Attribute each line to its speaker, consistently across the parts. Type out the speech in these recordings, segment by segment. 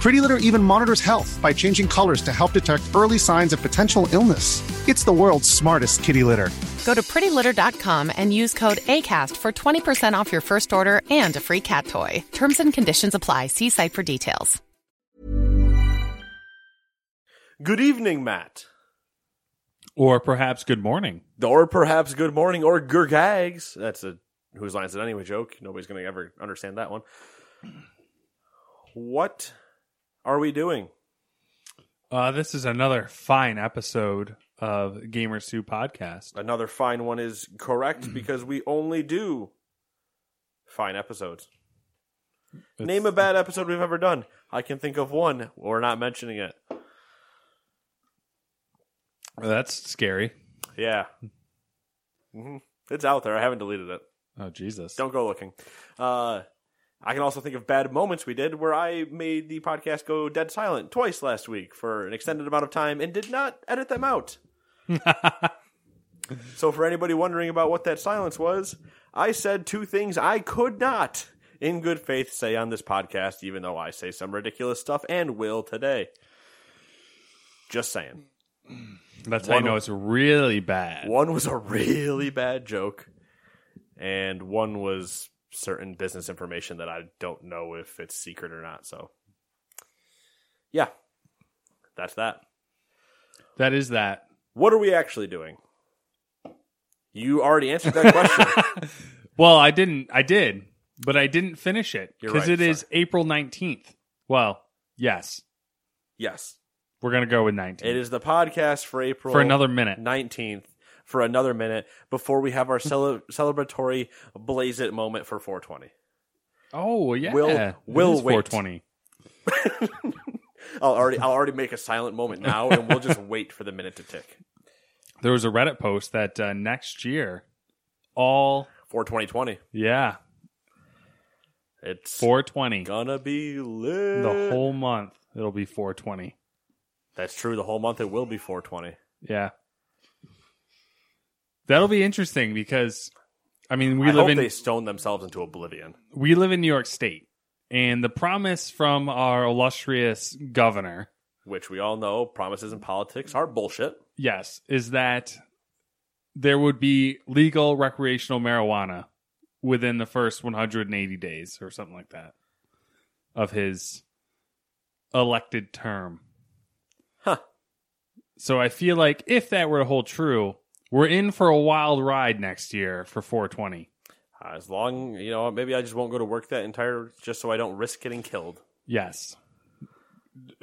Speaker 1: Pretty Litter even monitors health by changing colors to help detect early signs of potential illness. It's the world's smartest kitty litter.
Speaker 2: Go to prettylitter.com and use code ACAST for 20% off your first order and a free cat toy. Terms and conditions apply. See site for details.
Speaker 3: Good evening, Matt.
Speaker 4: Or perhaps good morning.
Speaker 3: Or perhaps good morning or gurgags. That's a whose line is it anyway joke. Nobody's going to ever understand that one. What are we doing?
Speaker 4: Uh, this is another fine episode of Gamers 2 podcast.
Speaker 3: Another fine one is correct because we only do fine episodes.
Speaker 4: It's-
Speaker 3: Name a bad episode we've ever done. I can think of one. We're not mentioning it.
Speaker 4: That's scary.
Speaker 3: Yeah. hmm It's out there. I haven't deleted it.
Speaker 4: Oh, Jesus.
Speaker 3: Don't go looking. Uh, I can also think of bad moments we did where I made the podcast go dead silent twice last week for an extended amount of time and did not edit them out. so, for anybody wondering about what that silence was, I said two things I could not, in good faith, say on this podcast, even though I say some ridiculous stuff and will today. Just saying.
Speaker 4: That's how you
Speaker 3: One-
Speaker 4: know it's really bad.
Speaker 3: One was a really bad joke, and one was certain business information that I don't know if it's secret or not. So, yeah, that's that.
Speaker 4: That is that.
Speaker 3: What are we actually doing? You already answered that question.
Speaker 4: Well, I didn't. I did, but I didn't finish it
Speaker 3: You're
Speaker 4: because
Speaker 3: right,
Speaker 4: it is April 19th. Well, yes.
Speaker 3: yes,
Speaker 4: We're going to go with 19th
Speaker 3: it is the podcast for April
Speaker 4: for another minute.
Speaker 3: 19th for another minute before we have our cele- celebratory blaze it moment for 420.
Speaker 4: Oh, yeah.
Speaker 3: We'll-
Speaker 4: It
Speaker 3: we'll
Speaker 4: is
Speaker 3: wait.
Speaker 4: 420.
Speaker 3: I'll already I'll already make a silent moment now and we'll just wait for the minute to tick.
Speaker 4: There was a Reddit post that uh, next year, all,
Speaker 3: For 2020.
Speaker 4: yeah,
Speaker 3: It's
Speaker 4: 420.
Speaker 3: gonna be lit.
Speaker 4: The whole month, it'll be 420.
Speaker 3: That's true. The whole month it will be 420.
Speaker 4: Yeah. That'll be interesting because I mean we
Speaker 3: I
Speaker 4: live
Speaker 3: hope
Speaker 4: in
Speaker 3: they stone themselves into oblivion.
Speaker 4: we live in New York State and the promise from our illustrious governor,
Speaker 3: Which we all know, promises in politics are bullshit.
Speaker 4: yes, is that there would be legal recreational marijuana within the first 180 days or something like that of his elected term.
Speaker 3: Huh.
Speaker 4: So I feel like if that were to hold true, we're in for a wild ride next year for 420.
Speaker 3: As long, you know, maybe I just won't go to work that entire, just so I don't risk getting killed.
Speaker 4: Yes.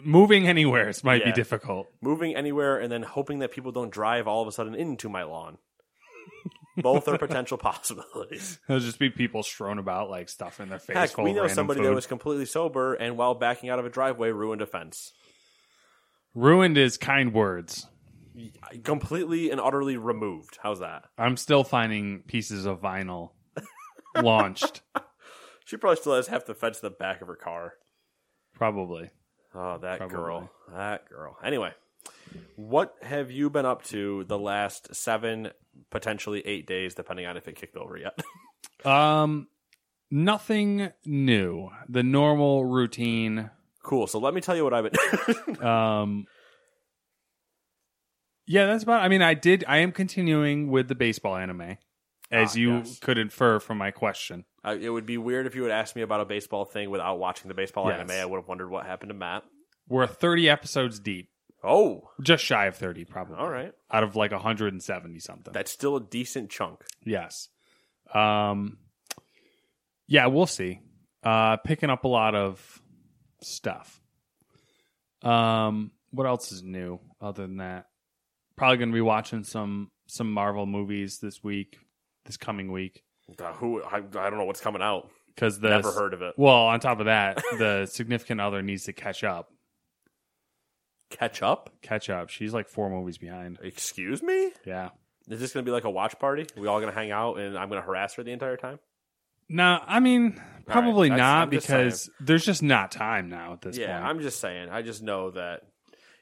Speaker 4: Moving anywhere might be
Speaker 3: Yeah.
Speaker 4: difficult.
Speaker 3: Moving anywhere and then hoping that people don't drive all of a sudden into my lawn. Both are potential possibilities.
Speaker 4: There'll just be people strewn about like stuff in their face.
Speaker 3: Heck,
Speaker 4: full
Speaker 3: we
Speaker 4: of
Speaker 3: know
Speaker 4: random
Speaker 3: somebody
Speaker 4: food.
Speaker 3: that was completely sober and while backing out of a driveway ruined a fence.
Speaker 4: ruined is kind words.
Speaker 3: Completely and utterly removed. How's that?
Speaker 4: I'm still finding pieces of vinyl launched,
Speaker 3: She probably still has half the fence in the back of her car.
Speaker 4: probably.
Speaker 3: Oh, that
Speaker 4: Probably.
Speaker 3: girl. That girl. Anyway, what have you been up to the last seven, potentially eight days, depending on if it kicked over yet?
Speaker 4: Um, nothing new. The normal routine.
Speaker 3: cool. So let me tell you what I've been.
Speaker 4: Um, yeah, that's about. I mean, I did. I am continuing with the baseball anime, as
Speaker 3: Ah,
Speaker 4: you
Speaker 3: yes.
Speaker 4: could infer from my question.
Speaker 3: I, it would be weird if you would ask me about a baseball thing without watching the baseball
Speaker 4: Yes.
Speaker 3: anime. I would have wondered what happened to Matt.
Speaker 4: We're 30 episodes deep.
Speaker 3: Oh,
Speaker 4: just shy of 30 probably
Speaker 3: all right.
Speaker 4: out of like 170 something
Speaker 3: That's still a decent chunk.
Speaker 4: yes um yeah we'll see uh picking up a lot of stuff Um, what else is new other than that? Probably going to be watching some some Marvel movies this week, this coming week,
Speaker 3: Uh, who I, I don't know what's coming out.
Speaker 4: because the
Speaker 3: Never heard of it.
Speaker 4: Well, on top of that, the significant other needs to catch up.
Speaker 3: Catch up?
Speaker 4: Catch up. She's like four movies behind.
Speaker 3: Excuse me?
Speaker 4: Yeah.
Speaker 3: Is this going to be like a watch party? we all going to hang out and I'm going to harass her the entire time?
Speaker 4: No, I mean probably
Speaker 3: that's-
Speaker 4: not
Speaker 3: I'm just
Speaker 4: because there's just not time now at this
Speaker 3: yeah,
Speaker 4: point.
Speaker 3: I'm just saying. I just know that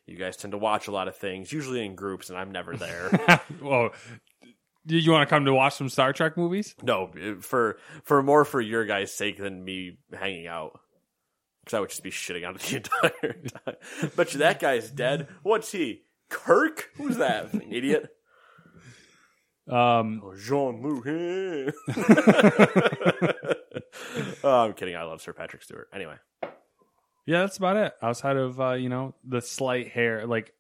Speaker 3: you guys tend to watch a lot of things, usually in groups, and I'm never there.
Speaker 4: well, do you want to come to watch some Star Trek movies?
Speaker 3: no, eh, for for more for your guys' sake than me hanging out. Because I would just be shitting on it the entire time. Bet you that guy's dead. What's he? Kirk? Who's that? Idiot. Oh,
Speaker 4: Um,
Speaker 3: Jean Luc. Oh, I'm kidding. I love Sir Patrick Stewart. Anyway,
Speaker 4: yeah, that's about it. Outside of uh, you know the slight hair, like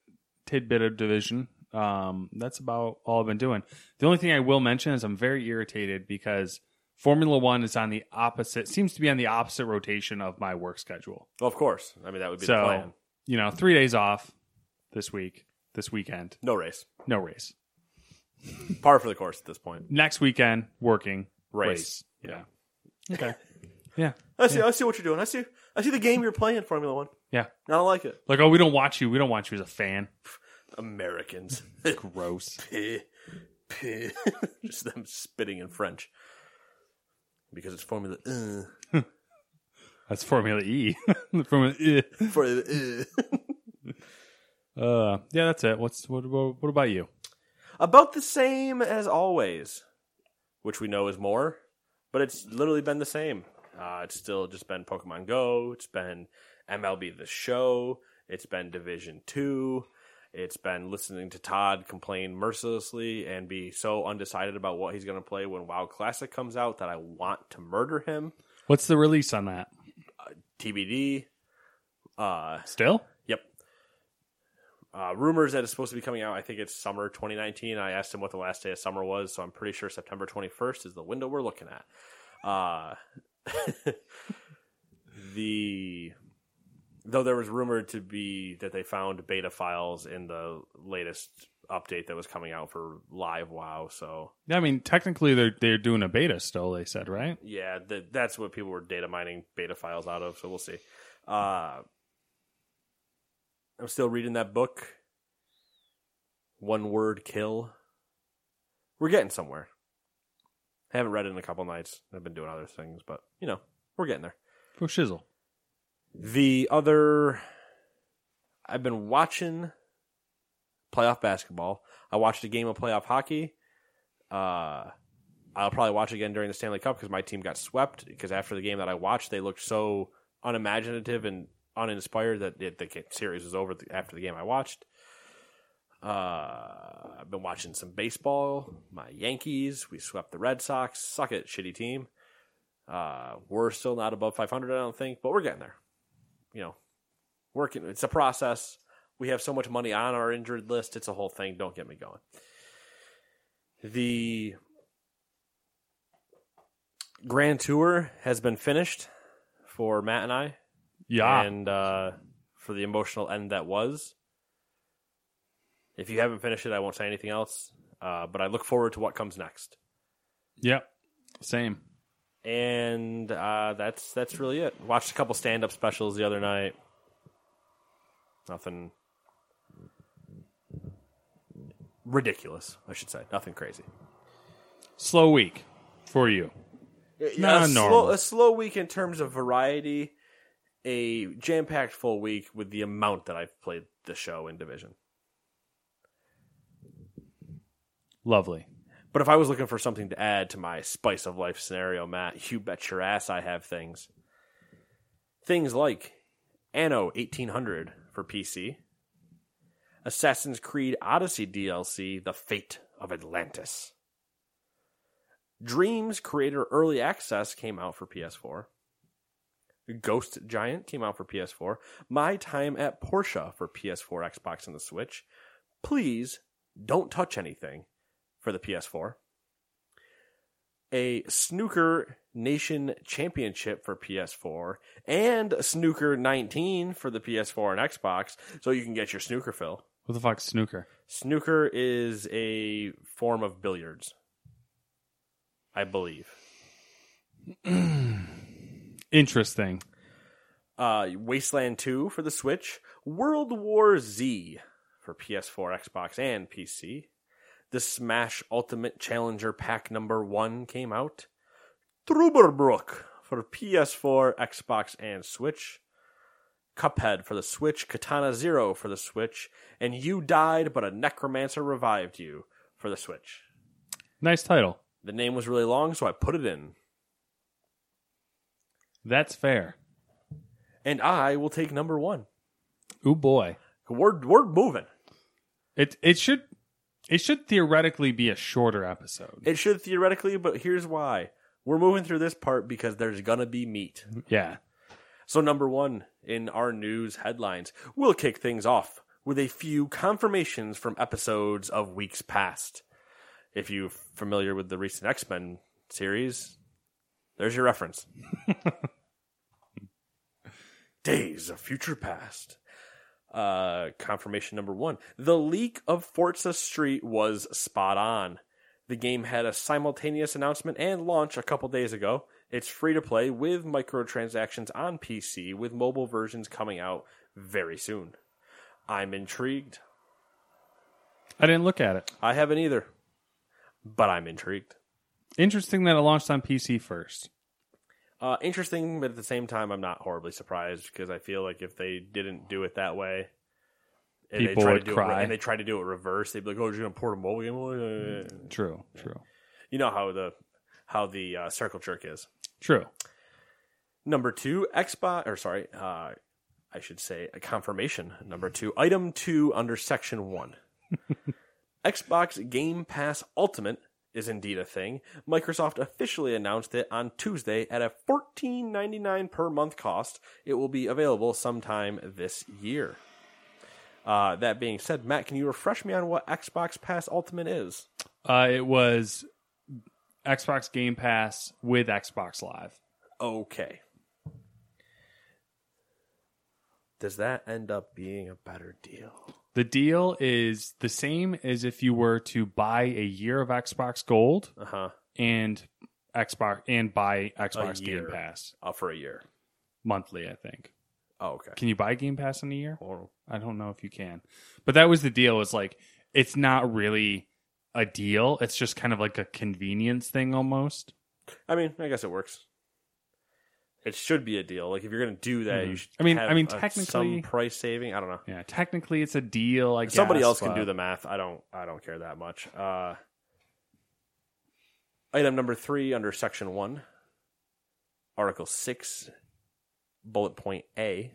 Speaker 4: tidbit of division. Um, that's about all I've been doing. The only thing I will mention is I'm very irritated because Formula One is on the opposite, seems to be on the opposite rotation of my work schedule.
Speaker 3: well, of course. I mean, that would be the
Speaker 4: So
Speaker 3: plan.
Speaker 4: you know, three days off this week, this weekend,
Speaker 3: No race.
Speaker 4: no race.
Speaker 3: Par for the course at this point.
Speaker 4: Next weekend, working
Speaker 3: Race.
Speaker 4: Yeah. Okay. yeah.
Speaker 3: I see. I see what you're doing. I see. I see the game you're playing, Formula One.
Speaker 4: Yeah.
Speaker 3: I don't like it.
Speaker 4: Like, oh, we don't watch you. We don't watch you as a fan.
Speaker 3: Americans.
Speaker 4: Gross.
Speaker 3: Peh. Peh. Just them spitting in French because it's Formula. Uh,
Speaker 4: That's Formula E. Formula E.
Speaker 3: for the, uh.
Speaker 4: Uh, yeah, that's it. What's what, what? What about you?
Speaker 3: about the same as always, which we know is more, but it's literally been the same. Uh, it's still just been Pokemon Go. It's been MLB The Show. It's been Division Two. It's been listening to Todd complain mercilessly and be so undecided about what he's going to play when WoW Classic comes out that I want to murder him.
Speaker 4: What's the release on that?
Speaker 3: TBD. Uh,
Speaker 4: Still?
Speaker 3: Yep. Uh, rumors that it's supposed to be coming out. I think it's summer 2019. I asked him what the last day of summer was, so I'm pretty sure September 21st is the window we're looking at. Uh, the though there was rumored to be that they found beta files in the latest update that was coming out for live WoW. So
Speaker 4: Yeah, I mean, technically they're they're doing a beta still. They said right.
Speaker 3: yeah, th- that's what people were data mining beta files out of. So we'll see. Uh, I'm still reading that book. One word kill. We're getting somewhere. I haven't read it in a couple nights. I've been doing other things, but you know, we're getting there.
Speaker 4: For shizzle.
Speaker 3: The other, I've been watching playoff basketball. I watched a game of playoff hockey. Uh, I'll probably watch again during the Stanley Cup because my team got swept. Because after the game that I watched, they looked so unimaginative and uninspired that it, the series was over th- after the game I watched. Uh, I've been watching some baseball. My Yankees, we swept the Red Sox. Suck it, shitty team. Uh, we're still not above 500, I don't think, but we're getting there. You know, working. It's a process. We have so much money on our injured list. It's a whole thing. Don't get me going. The Grand Tour has been finished for Matt and I,
Speaker 4: Yeah.
Speaker 3: and uh, for the emotional end that was. If you haven't finished it, I won't say anything else. Uh, but I look forward to what comes next,
Speaker 4: yep. Same.
Speaker 3: and uh, that's that's really it. Watched a couple stand up specials the other night. Nothing ridiculous, I should say. Nothing crazy.
Speaker 4: Slow week for you.
Speaker 3: Yeah,
Speaker 4: Nah,
Speaker 3: a,
Speaker 4: normal.
Speaker 3: slow, a slow week in terms of variety, a jam packed full week with the amount that I've played the show in Division.
Speaker 4: Lovely.
Speaker 3: But if I was looking for something to add to my spice of life scenario, Matt, you bet your ass I have things. Things like Anno 1800 for PC, Assassin's Creed Odyssey DLC, The Fate of Atlantis. Dreams Creator Early Access came out for PS4. Ghost Giant came out for PS4. My Time at Porsche for PS4, Xbox, and the Switch. Please don't touch anything for the PS4. a Snooker Nation Championship for PS4 and Snooker 19 for the PS4 and Xbox, so you can get your snooker fill.
Speaker 4: What the fuck's snooker?
Speaker 3: Snooker is a form of billiards, I believe.
Speaker 4: Interesting.
Speaker 3: uh, Wasteland 2 for the Switch, World War Z for PS4, Xbox, and PC. The Smash Ultimate Challenger Pack number 1 came out. Truberbrook for PS4, Xbox, and Switch. Cuphead for the Switch, Katana Zero for the Switch, and You Died But a Necromancer Revived You for the Switch.
Speaker 4: Nice title.
Speaker 3: The name was really long, so I put it in.
Speaker 4: That's fair.
Speaker 3: And I will take number one.
Speaker 4: Ooh boy.
Speaker 3: We're, we're moving.
Speaker 4: It it should it should theoretically be a shorter episode.
Speaker 3: It should theoretically, but here's why. We're moving through this part because there's going to be meat.
Speaker 4: Yeah.
Speaker 3: So, number one in our news headlines, we'll kick things off with a few confirmations from episodes of weeks past. If you're familiar with the recent X Men series, there's your reference. Days of Future Past. Uh, confirmation number one the leak of Forza Street was spot on. The game had a simultaneous announcement and launch a couple days ago. It's free to play with microtransactions on PC, with mobile versions coming out very soon. I'm intrigued.
Speaker 4: I didn't look at it.
Speaker 3: I haven't either, but I'm intrigued.
Speaker 4: Interesting that it launched on PC first.
Speaker 3: Uh, interesting, but at the same time, I'm not horribly surprised because I feel like if they didn't do it that way, and
Speaker 4: People
Speaker 3: they tried
Speaker 4: would
Speaker 3: to do It,
Speaker 4: cry.
Speaker 3: re- and they tried to do it reverse, they'd be like, "Oh, you're gonna port a mobile game?"
Speaker 4: True. True.
Speaker 3: You know how the how the uh, circle jerk is.
Speaker 4: True.
Speaker 3: Number two, Xbox, or sorry, uh, I should say a confirmation. Number two, item two under section one. Xbox Game Pass Ultimate is indeed a thing. Microsoft officially announced it on Tuesday at a $14.99 per month cost. It will be available sometime this year. Uh, that being said, Matt, can you refresh me on what Xbox Pass Ultimate is?
Speaker 4: Uh, it was Xbox Game Pass with Xbox Live.
Speaker 3: okay. Does that end up being a better deal?
Speaker 4: The deal is the same as if you were to buy a year of Xbox Gold
Speaker 3: Uh huh.
Speaker 4: and Xbox and buy Xbox Game
Speaker 3: year.
Speaker 4: Pass
Speaker 3: Uh, for a year.
Speaker 4: monthly, I think.
Speaker 3: Oh, okay.
Speaker 4: Can you buy Game Pass in a year?
Speaker 3: Or-
Speaker 4: I don't know if you can. But that was the deal is like it's not really a deal. It's just kind of like a convenience thing almost.
Speaker 3: I mean, I guess it works. It should be a deal. Like if you're gonna do that, you
Speaker 4: Mhm.
Speaker 3: should.
Speaker 4: I mean-
Speaker 3: have
Speaker 4: I mean,
Speaker 3: a- some
Speaker 4: technically-
Speaker 3: price saving. I don't know.
Speaker 4: Yeah, technically it's a deal. I guess
Speaker 3: Somebody else can
Speaker 4: but-
Speaker 3: do the math. I don't. I don't care that much. Uh, item number three under section one, article six, bullet point A.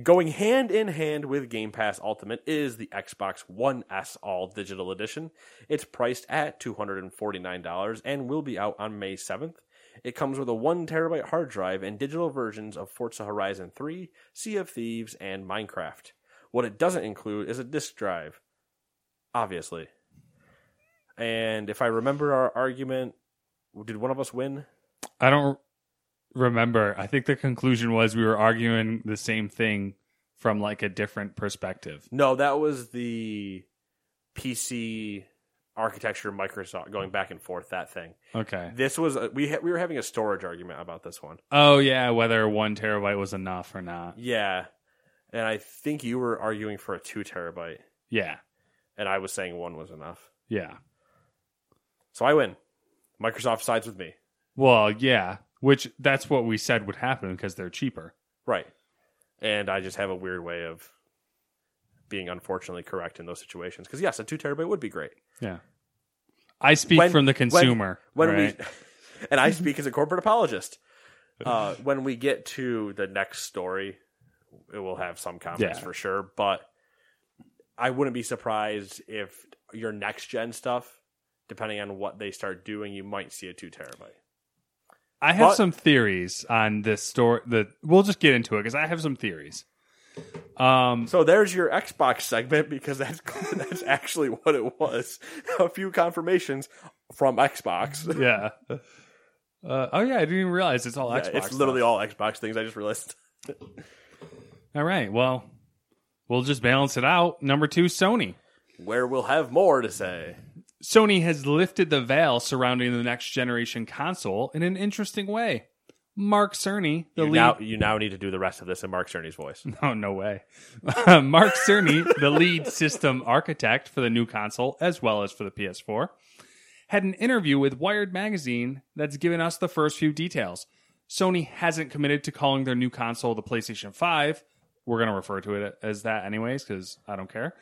Speaker 3: Going hand in hand with Game Pass Ultimate is the Xbox One S All Digital Edition. It's priced at $249 and will be out on May 7th. It comes with a 1 terabyte hard drive and digital versions of Forza Horizon 3, Sea of Thieves, and Minecraft. What it doesn't include is a disk drive, obviously. And if I remember our argument, did one of us win?
Speaker 4: I don't remember. I think the conclusion was we were arguing the same thing from like a different perspective.
Speaker 3: No, that was the PC architecture Microsoft going back and forth that thing.
Speaker 4: Okay.
Speaker 3: This was a, we ha- we were having a storage argument about this one.
Speaker 4: Oh yeah, whether one terabyte was enough or not.
Speaker 3: Yeah. And I think you were arguing for a 2 terabyte
Speaker 4: Yeah.
Speaker 3: and I was saying 1 was enough.
Speaker 4: Yeah.
Speaker 3: So I win. Microsoft sides with me.
Speaker 4: Well, yeah. Which that's what we said would happen because they're cheaper.
Speaker 3: Right. And I just have a weird way of being unfortunately correct in those situations cuz yes, a 2 terabyte would be great.
Speaker 4: Yeah. I speak
Speaker 3: When-
Speaker 4: from the
Speaker 3: when-
Speaker 4: consumer.
Speaker 3: when
Speaker 4: right?
Speaker 3: we and I speak as a corporate apologist. Uh, when we get to the next story, it will have some comments
Speaker 4: Yeah.
Speaker 3: for sure. But I wouldn't be surprised if your next gen stuff, depending on what they start doing, you might see a two terabyte.
Speaker 4: I have
Speaker 3: But-
Speaker 4: some theories on this story. The we'll just get into it because I have some theories. Um,
Speaker 3: So there's your Xbox segment because that's that's actually what it was. A few confirmations, from Xbox.
Speaker 4: Yeah. Uh, oh yeah, I didn't even realize it's all
Speaker 3: Yeah,
Speaker 4: Xbox.
Speaker 3: it's literally
Speaker 4: stuff.
Speaker 3: all Xbox things. I just realized.
Speaker 4: All right. Well, we'll just balance it out. Number two, Sony.
Speaker 3: Where we'll have more to say.
Speaker 4: Sony has lifted the veil surrounding the next generation console in an interesting way. Mark Cerny, the
Speaker 3: you,
Speaker 4: lead
Speaker 3: now, you now need to do the rest of this in Mark Cerny's voice.
Speaker 4: Oh, no way. Uh, Mark Cerny, the lead system architect for the new console as well as for the PS4, had an interview with Wired Magazine that's given us the first few details. Sony hasn't committed to calling their new console the PlayStation 5. We're going to refer to it as that, anyways, because I don't care.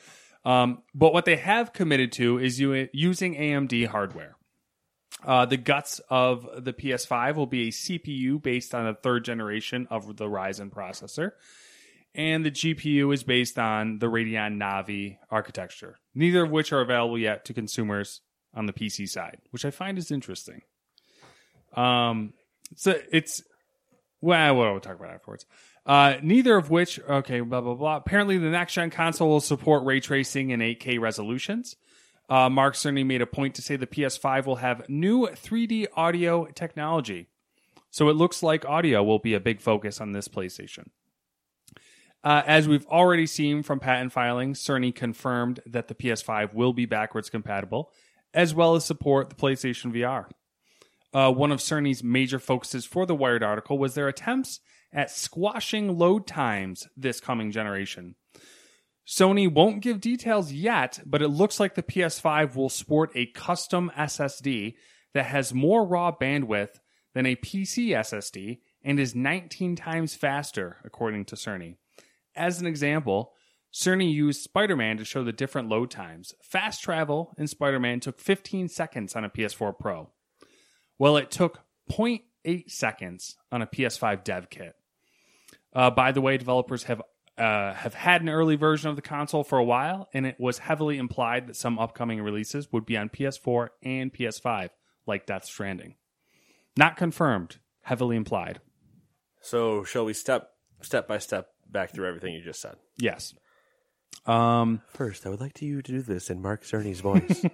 Speaker 4: Um, but what they have committed to is u- using AMD hardware. Uh, the guts of the PS5 will be a CPU based on the third generation of the Ryzen processor and the GPU is based on the Radeon Navi architecture, neither of which are available yet to consumers on the PC side, which I find is interesting. Um, so it's well, we'll talk about it afterwards. Uh, neither of which, okay, blah blah blah. Apparently, the next gen console will support ray tracing and 8K resolutions. Uh, Mark certainly made a point to say the PS5 will have new 3D audio technology, so it looks like audio will be a big focus on this PlayStation. Uh, as we've already seen from patent filing, Cerny confirmed that the PS5 will be backwards compatible, as well as support the PlayStation VR. Uh, one of Cerny's major focuses for the Wired article was their attempts at squashing load times this coming generation. Sony won't give details yet, but it looks like the PS5 will sport a custom SSD that has more raw bandwidth than a PC SSD and is 19 times faster, according to Cerny. As an example, Cerny used Spider Man to show the different load times. Fast travel in Spider Man took 15 seconds on a PS4 Pro. Well, it took 0.8 seconds on a PS5 dev kit. Uh, by the way, developers have uh, have had an early version of the console for a while, and it was heavily implied that some upcoming releases would be on PS4 and PS5, like Death Stranding. Not confirmed, heavily implied.
Speaker 3: So, shall we step step by step back through everything you just said?
Speaker 4: Yes. Um,
Speaker 5: First, I would like to you to do this in Mark Cerny's voice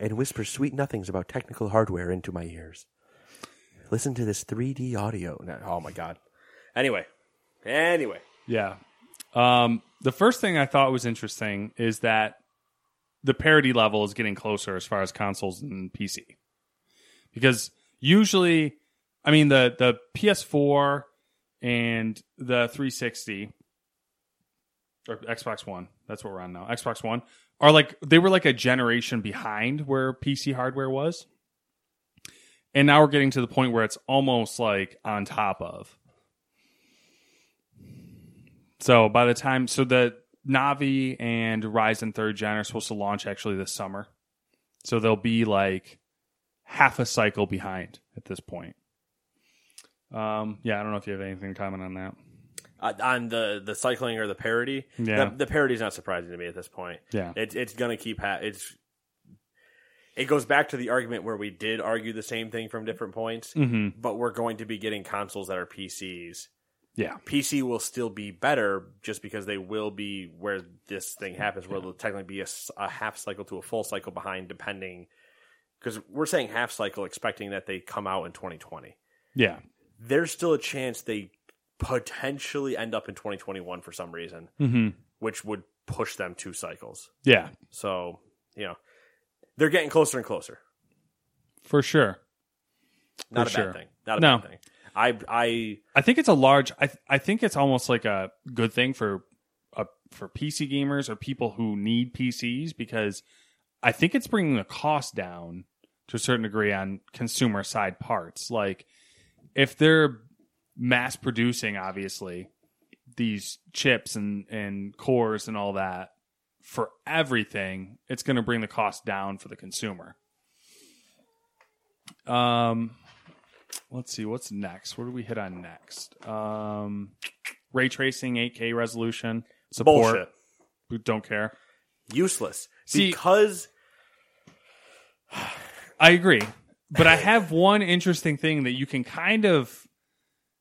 Speaker 5: and whisper sweet nothings about technical hardware into my ears. Listen to this 3D audio. No,
Speaker 3: Oh my god. Anyway, anyway,
Speaker 4: Yeah. Um, the first thing I thought was interesting is that the parity level is getting closer as far as consoles and PC. Because usually, I mean, the, the PS4 and the 360 or Xbox One, that's what we're on now, Xbox One, are like, they were like a generation behind where PC hardware was. And now we're getting to the point where it's almost like on top of. So by the time, so the Navi and Ryzen third gen are supposed to launch actually this summer. So they'll be like half a cycle behind at this point. Um, yeah, I don't know if you have anything to comment on that.
Speaker 3: uh, on the the cycling or the parody,
Speaker 4: Yeah.
Speaker 3: the, the parody's not surprising to me at this point.
Speaker 4: Yeah.
Speaker 3: It's it's gonna keep ha- it's. It goes back to the argument where we did argue the same thing from different points,
Speaker 4: Mm-hmm.
Speaker 3: but we're going to be getting consoles that are PCs.
Speaker 4: Yeah.
Speaker 3: PC will still be better just because they will be where this thing happens, where they'll technically be a, s- a half cycle to a full cycle behind, depending. Because we're saying half cycle, expecting that they come out in 2020.
Speaker 4: Yeah.
Speaker 3: There's still a chance they potentially end up in 2021 for some reason,
Speaker 4: Mm-hmm.
Speaker 3: which would push them two cycles.
Speaker 4: Yeah,
Speaker 3: So, you know, they're getting closer and closer.
Speaker 4: for sure.
Speaker 3: Not
Speaker 4: For
Speaker 3: a
Speaker 4: sure.
Speaker 3: bad thing. Not a
Speaker 4: No.
Speaker 3: bad thing. I, I,
Speaker 4: I think it's a large. I th- I think it's almost like a good thing for uh, for PC gamers or people who need PCs because I think it's bringing the cost down to a certain degree on consumer side parts. Like if they're mass producing, obviously these chips and and cores and all that for everything, it's going to bring the cost down for the consumer. Um let's see what's next what do we hit on next um ray tracing 8k resolution support
Speaker 3: bullshit.
Speaker 4: we don't care
Speaker 3: Useless.
Speaker 4: See-
Speaker 3: because
Speaker 4: i agree but i have one interesting thing that you can kind of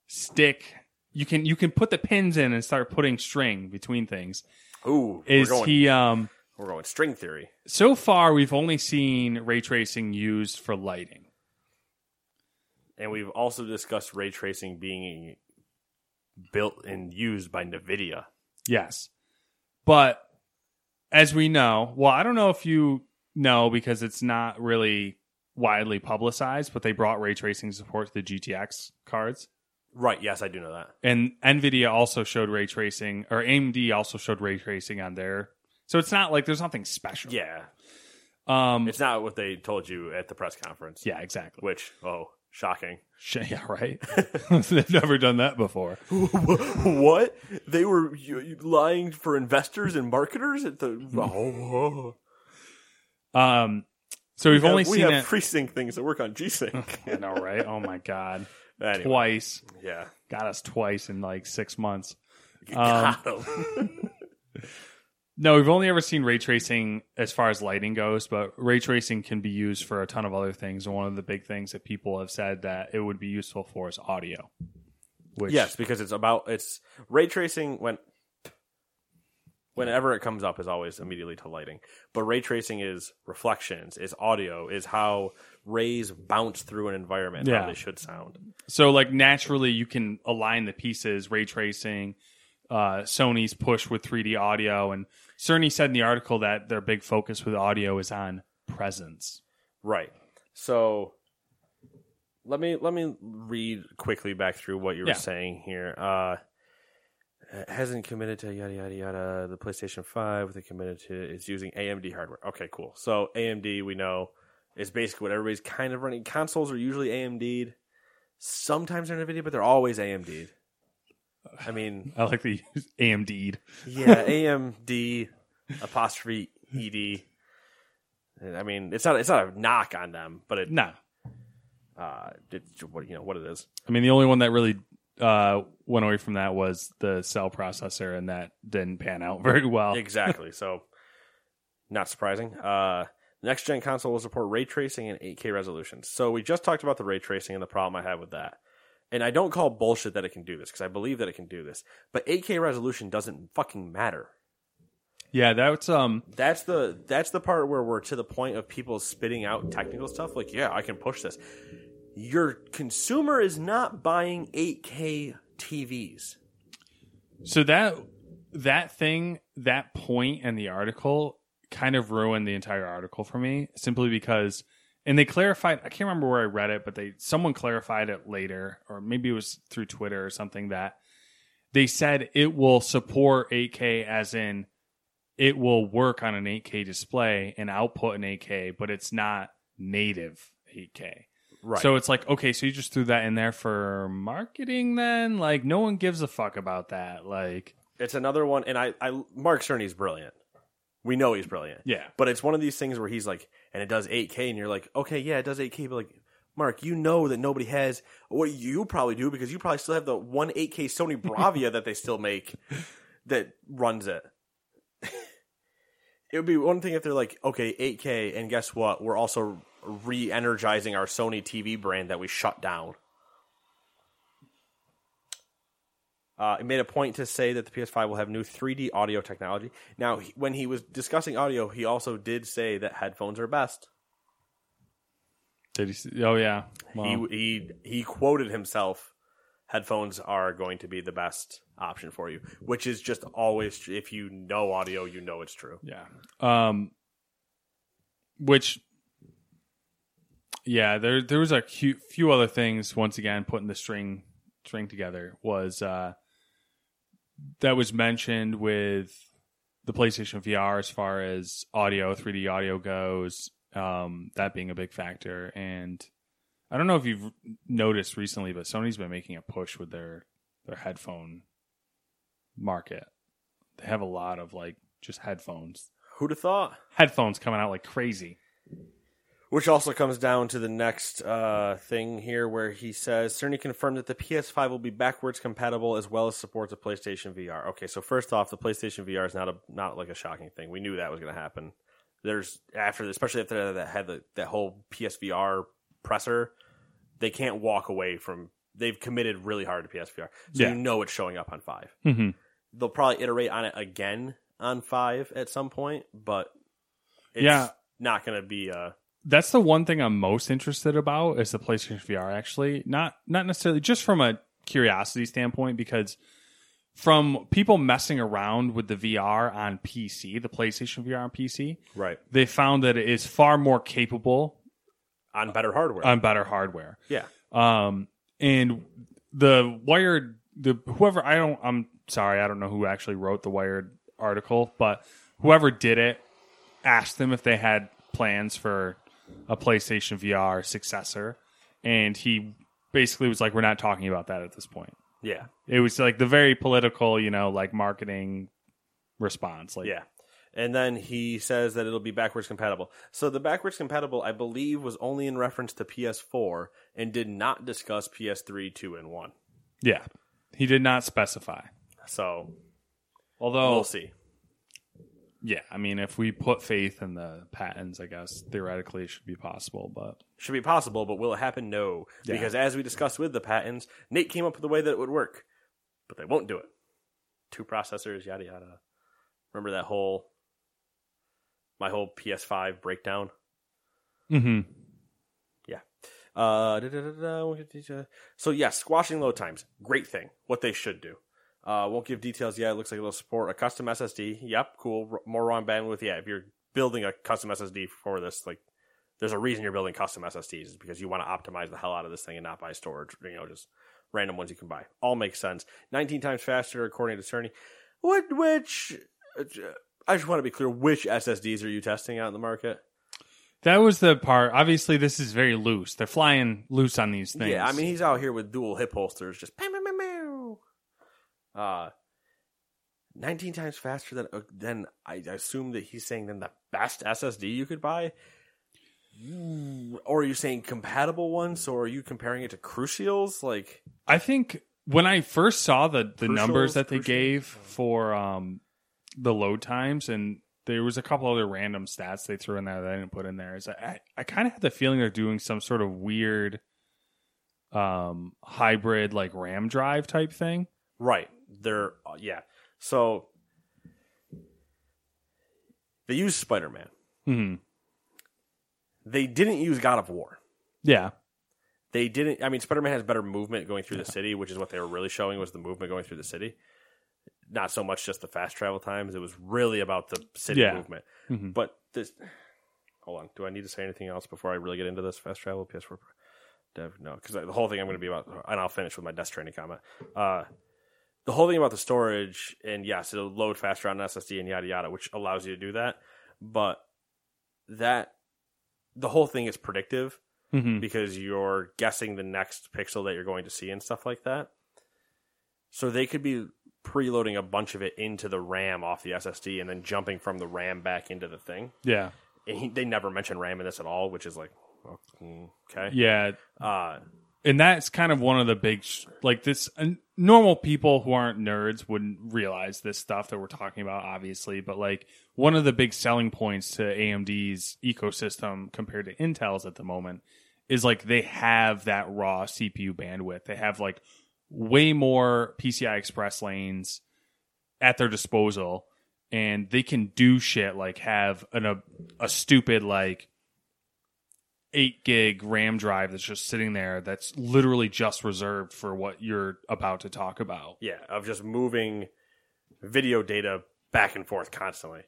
Speaker 4: stick you can you can put the pins in and start putting string between things
Speaker 3: Ooh, we're
Speaker 4: is
Speaker 3: going-
Speaker 4: he um
Speaker 3: We're going string theory.
Speaker 4: So far, we've only seen ray tracing used for lighting.
Speaker 3: And we've also discussed ray tracing being built and used by NVIDIA.
Speaker 4: Yes. But as we know, well, I don't know if you know because it's not really widely publicized, but they brought ray tracing support to the GTX cards.
Speaker 3: Right. Yes, I do know that.
Speaker 4: And NVIDIA also showed ray tracing, or AMD also showed ray tracing on their. So it's not like there's nothing special.
Speaker 3: Yeah.
Speaker 4: Um,
Speaker 3: It's not what they told you at the press conference.
Speaker 4: yeah, exactly.
Speaker 3: Which, oh, shocking.
Speaker 4: Sh- Yeah, right. They've never done that before.
Speaker 3: what? They were you- you lying for investors and marketers at the. Oh,
Speaker 4: Um, so we've only
Speaker 3: we
Speaker 4: seen
Speaker 3: have
Speaker 4: it.
Speaker 3: pre-sync things that work on G-Sync.
Speaker 4: I know, right? Oh my god,
Speaker 3: anyway,
Speaker 4: twice
Speaker 3: yeah.
Speaker 4: got us twice in like six months. Um,
Speaker 3: Got 'em.
Speaker 4: No, we've only ever seen ray tracing as far as lighting goes, but ray tracing can be used for a ton of other things. And one of the big things that people have said that it would be useful for is audio. Which,
Speaker 3: yes, because it's about it's ray tracing when whenever it comes up is always immediately to lighting. But ray tracing is reflections, is audio, is how rays bounce through an environment,
Speaker 4: Yeah.
Speaker 3: how they should sound.
Speaker 4: So, like, naturally, you can align the pieces, ray tracing, uh, Sony's push with 3D audio. And Cerny said in the article that their big focus with audio is on presence.
Speaker 3: Right. So let me let me read quickly back through what you were
Speaker 4: Yeah.
Speaker 3: saying here. Uh hasn't committed to yada yada yada the PlayStation 5 they committed to is using AMD hardware. Okay, cool. So AMD we know is basically what everybody's kind of running. Consoles are usually AMD'd. Sometimes they're NVIDIA, but they're always AMD'd. I mean,
Speaker 4: I like the AMD'd.
Speaker 3: yeah, AMD apostrophe ED. I mean, it's not it's not a knock on them, but it
Speaker 4: No.
Speaker 3: uh, it's what you know what it is.
Speaker 4: I mean, the only one that really uh, went away from that was the cell processor, and that didn't pan out very well.
Speaker 3: Exactly. so, not surprising. Uh, next gen console will support ray tracing and 8K resolution. So we just talked about the ray tracing and the problem I have with that. And I don't call bullshit that it can do this because I believe that it can do this. But 8K resolution doesn't fucking matter.
Speaker 4: Yeah, that's um.
Speaker 3: That's the that's the part where we're to the point of people spitting out technical stuff like, yeah, I can push this. Your consumer is not buying 8K TVs.
Speaker 4: So that that thing, that point in the article, kind of ruined the entire article for me, simply because. And they clarified. I can't remember where I read it, but they someone clarified it later, or maybe it was through Twitter or something that they said it will support 8K, as in it will work on an 8K display and output an 8K, but it's not native 8K.
Speaker 3: Right.
Speaker 4: So it's like, okay, so you just threw that in there for marketing then? Like, no one gives a fuck about that. Like,
Speaker 3: It's another one, and I, I Mark Cerny's brilliant. We know he's brilliant.
Speaker 4: Yeah.
Speaker 3: But it's one of these things where he's like, and it does 8K, and you're like, okay, yeah, it does 8K, but like, Mark, you know that nobody has what you probably do because you probably still have the one 8K Sony Bravia that they still make that runs it. it would be one thing if they're like, okay, 8K, and guess what? We're also re energizing our Sony TV brand that we shut down. Uh, it made a point to say that the PS5 will have new 3D audio technology. Now, he, when he was discussing audio, he also did say that headphones are best.
Speaker 4: did he? See, oh, yeah. Well,
Speaker 3: He, he he quoted himself, "Headphones are going to be the best option for you," which is just always tr- if you know audio, you know it's true.
Speaker 4: yeah. Um, which, yeah, there there was a few, few other things. Once again, putting the string string together was uh, that was mentioned with the PlayStation VR as far as audio, 3D audio goes. Um, that being a big factor, and I don't know if you've noticed recently, but Sony's been making a push with their their headphone market. They have a lot of like just headphones.
Speaker 3: Who'd have thought?
Speaker 4: Headphones coming out like crazy.
Speaker 3: Which also comes down to the next uh, thing here, where he says Cerny confirmed that the PS5 will be backwards compatible as well as support the PlayStation VR. Okay, so first off, the PlayStation VR is not a not like a shocking thing. We knew that was going to happen. There's after, especially after that had the, that whole PSVR presser, they can't walk away from. They've committed really hard to PSVR, so
Speaker 4: Yeah.
Speaker 3: you know it's showing up on five
Speaker 4: Mm-hmm.
Speaker 3: they'll probably iterate on it again on five at some point, but it's
Speaker 4: Yeah.
Speaker 3: not going to be uh, a
Speaker 4: that's the one thing I'm most interested about is the PlayStation VR actually. Not not necessarily just from a curiosity standpoint because from people messing around with the VR on PC, the PlayStation VR on PC,
Speaker 3: right
Speaker 4: they found that it is far more capable
Speaker 3: on better hardware.
Speaker 4: on better hardware.
Speaker 3: yeah,
Speaker 4: Um and the wired the whoever I don't I'm sorry, I don't know who actually wrote the wired article, but whoever did it asked them if they had plans for a PlayStation VR successor, and he basically was like, "We're not talking about that at this point."
Speaker 3: yeah,
Speaker 4: It was like the very political, you know, like marketing response. Like,
Speaker 3: yeah. And then he says that it'll be backwards compatible. So the backwards compatible, I believe, was only in reference to PS4 and did not discuss PS3, two, and one.
Speaker 4: yeah, he did not specify.
Speaker 3: So
Speaker 4: Although,
Speaker 3: we'll see.
Speaker 4: yeah, I mean, if we put faith in the patents, I guess theoretically it should be possible. But
Speaker 3: should be possible, but will it happen? No. Because as we discussed with the patents, Nate came up with a way that it would work, but they won't do it. Two processors, yada yada. Remember that whole my whole PS5 breakdown?
Speaker 4: mm-hmm.
Speaker 3: Yeah. Uh, da- da- da- da- we'll get these, uh, so yeah, squashing load times, great thing. What they should do. Uh, won't give details yet. It looks like it'll support a custom SSD. Yep, cool. R- more ROM bandwidth. Yeah, if you're building a custom SSD for this, like, there's a reason you're building custom SSDs is because you want to optimize the hell out of this thing and not buy storage. You know, just random ones you can buy. All makes sense. 19 times faster according to Cerny. What? Which? uh, I just want to be clear. Which SSDs are you testing out in the market?
Speaker 4: that was the part. Obviously, this is very loose. They're flying loose on these things.
Speaker 3: Yeah, I mean he's out here with dual hip holsters, just pow, pow, pow, pow. uh, nineteen times faster than uh, than I assume that he's saying than the best SSD you could buy. Or are you saying compatible ones? Or are you comparing it to Crucials? Like,
Speaker 4: I think when I first saw the the
Speaker 3: Crucials,
Speaker 4: numbers that they
Speaker 3: crucials.
Speaker 4: gave for um the load times and there was a couple other random stats they threw in there that I didn't put in there is I I, I kind of had the feeling they're doing some sort of weird um hybrid like RAM drive type thing.
Speaker 3: Right. They're uh, yeah. So they used Spider Man. Mm-hmm.
Speaker 4: hmm
Speaker 3: They didn't use God of War.
Speaker 4: Yeah.
Speaker 3: They didn't. I mean, Spider Man has better movement going through the city, which is what they were really showing was the movement going through the city. Not so much just the fast travel times. It was really about the city
Speaker 4: Yeah.
Speaker 3: movement.
Speaker 4: Mhm.
Speaker 3: But this. Hold on. Do I need to say anything else before I really get into this fast travel PS4 Pro? Dev, no, because the whole thing I'm going to be about, and I'll finish with my Death Stranding comment. Uh, the whole thing about the storage, and yes, it'll load faster on SSD and yada yada, which allows you to do that. But that the whole thing is predictive
Speaker 4: hmm
Speaker 3: because you're guessing the next pixel that you're going to see and stuff like that. So they could be preloading a bunch of it into the RAM off the SSD and then jumping from the RAM back into the thing.
Speaker 4: Yeah.
Speaker 3: And he, they never mention RAM in this at all, which is like okay.
Speaker 4: Yeah.
Speaker 3: Uh,
Speaker 4: and that's kind of one of the big sh- like this and normal people who aren't nerds wouldn't realize this stuff that we're talking about obviously but like one of the big selling points to AMD's ecosystem compared to Intel's at the moment is like they have that raw CPU bandwidth they have like way more PCI Express lanes at their disposal and they can do shit like have an a, a stupid like eight gig RAM drive that's just sitting there that's literally just reserved for what you're about to talk about.
Speaker 3: yeah, of just moving video data back and forth constantly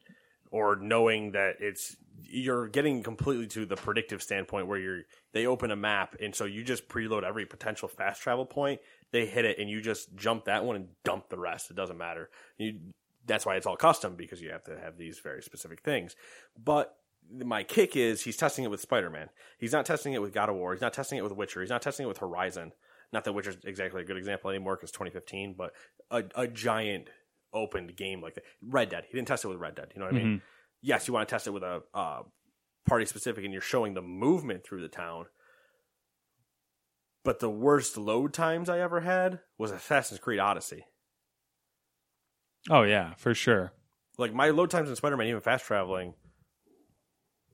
Speaker 3: or knowing that it's you're getting completely to the predictive standpoint where you're they open a map and so you just preload every potential fast travel point they hit it and you just jump that one and dump the rest it doesn't matter you that's why it's all custom because you have to have these very specific things but my kick is he's testing it with spider-man he's not testing it with god of war he's not testing it with witcher he's not testing it with horizon not that witcher's exactly a good example anymore because 2015 but a, a giant opened game like that. Red Dead. He didn't test it with Red Dead. You know what I mean? Yes, you want to test it with a uh, party specific, and you're showing the movement through the town. But the worst load times I ever had was Assassin's Creed Odyssey.
Speaker 4: Oh yeah, for sure.
Speaker 3: Like my load times in Spider Man, even fast traveling,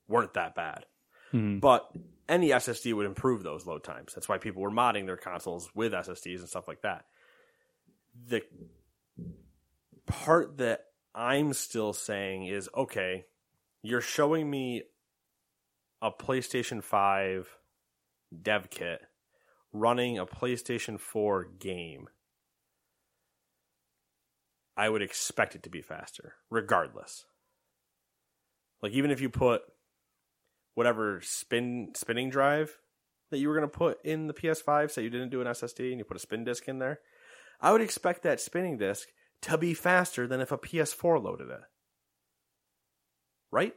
Speaker 3: weren't that bad. But any SSD would improve those load times. That's why people were modding their consoles with SSDs and stuff like that. The part that I'm still saying is okay, you're showing me a PlayStation 5 dev kit running a PlayStation 4 game. I would expect it to be faster, regardless. Like even if you put whatever spin spinning drive that you were going to put in the PS5, say you didn't do an SSD and you put a spin disk in there, I would expect that spinning disk to be faster than if a PS4 loaded it. Right?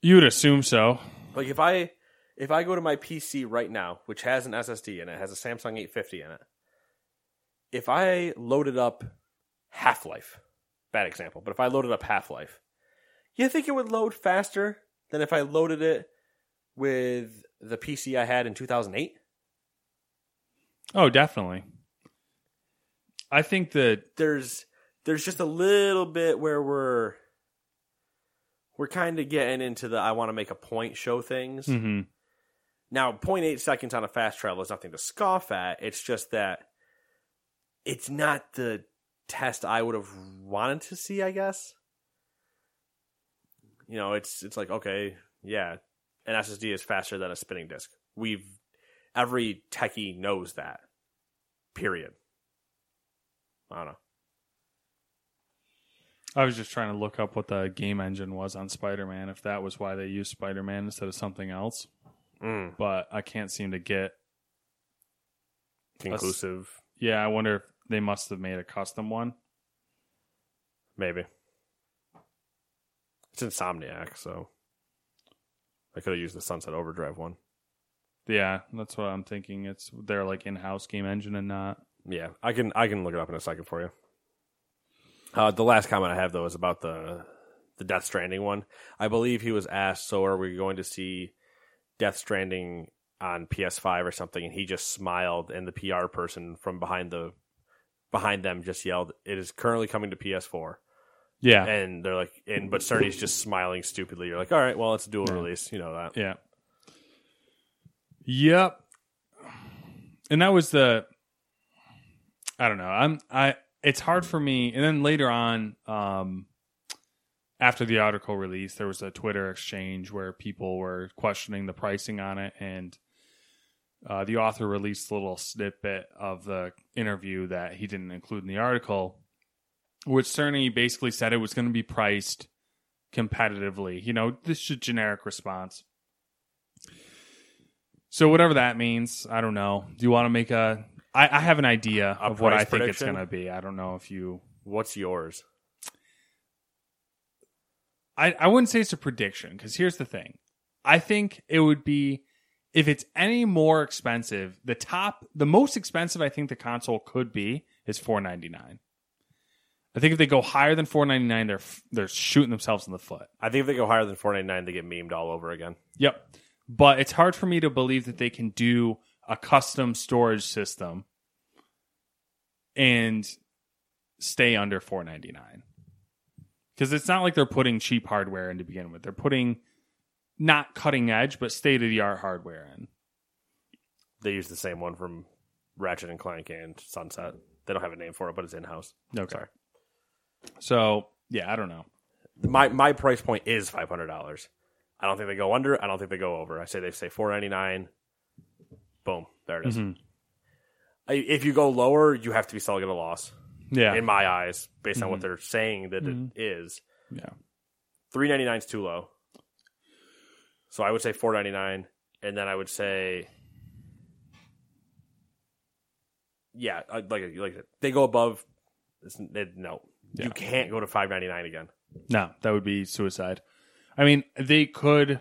Speaker 4: You would assume so.
Speaker 3: Like if I if I go to my PC right now, which has an SSD in it, has a Samsung 850 in it. If I loaded up Half-Life, bad example, but if I loaded up Half-Life, you think it would load faster than if I loaded it with the PC I had in 2008?
Speaker 4: Oh, definitely. I think that
Speaker 3: there's there's just a little bit where we're we're kind of getting into the I want to make a point show things.
Speaker 4: mhm.
Speaker 3: Now, 0.8 seconds on a fast travel is nothing to scoff at. It's just that it's not the test I would have wanted to see, I guess. You know, it's it's like okay, yeah, an SSD is faster than a spinning disk. We've every techie knows that. Period. I don't know.
Speaker 4: I was just trying to look up what the game engine was on Spider Man, if that was why they used Spider Man instead of something else.
Speaker 3: Mm.
Speaker 4: But I can't seem to get.
Speaker 3: Conclusive,
Speaker 4: Yeah, I wonder if they must have made a custom one.
Speaker 3: maybe. It's Insomniac, so I could have used the Sunset Overdrive one.
Speaker 4: Yeah, that's what I'm thinking. It's their like in-house game engine and not.
Speaker 3: Yeah, I can I can look it up in a second for you. Uh, the last comment I have though is about the the Death Stranding one. I believe he was asked, "So are we going to see Death Stranding on PS5 or something?" And he just smiled, and the PR person from behind the behind them just yelled, "It is currently coming to PS4."
Speaker 4: Yeah,
Speaker 3: And they're like, "And but Cerny's just smiling stupidly." You're like, "All right, well, it's a dual release, you know that."
Speaker 4: yeah, yep. And that was the. I don't know. I'm I. It's hard for me. And then later on, um, after the article release, there was a Twitter exchange where people were questioning the pricing on it, and uh, the author released a little snippet of the interview that he didn't include in the article, which Cerny basically said it was going to be priced competitively. You know, this is a generic response. So whatever that means, I don't know. Do you want to make a? I, I have an idea
Speaker 3: A
Speaker 4: of what I
Speaker 3: price
Speaker 4: think it's
Speaker 3: prediction?
Speaker 4: going to be. I don't know if you
Speaker 3: What's yours?
Speaker 4: I, I wouldn't say it's a prediction because here's the thing. I think it would be if it's any more expensive, the top the most expensive I think the console could be is four ninety nine. I think if they go higher than four ninety nine, they're f- they're shooting themselves in the foot.
Speaker 3: I think if they go higher than 499, they get memed all over again.
Speaker 4: Yep. But it's hard for me to believe that they can do a custom storage system and stay under 499. Cuz it's not like they're putting cheap hardware in to begin with. They're putting not cutting edge but state of the art hardware in.
Speaker 3: they use the same one from Ratchet and Clank and Sunset. They don't have a name for it, but it's in house.
Speaker 4: Okay. So, yeah, I don't know.
Speaker 3: My my price point is five hundred dollars. I don't think they go under. I don't think they go over. I say they say four ninety nine. Boom, there it is.
Speaker 4: Mhm.
Speaker 3: I, if you go lower, you have to be selling at a loss.
Speaker 4: Yeah.
Speaker 3: In my eyes, based on what they're saying that it is,
Speaker 4: yeah.
Speaker 3: three ninety nine is too low. So I would say four ninety nine, and then I would say, yeah, I- like like they go above. It's, it, no, you can't go to five ninety nine again.
Speaker 4: No, that would be suicide. I mean, they could,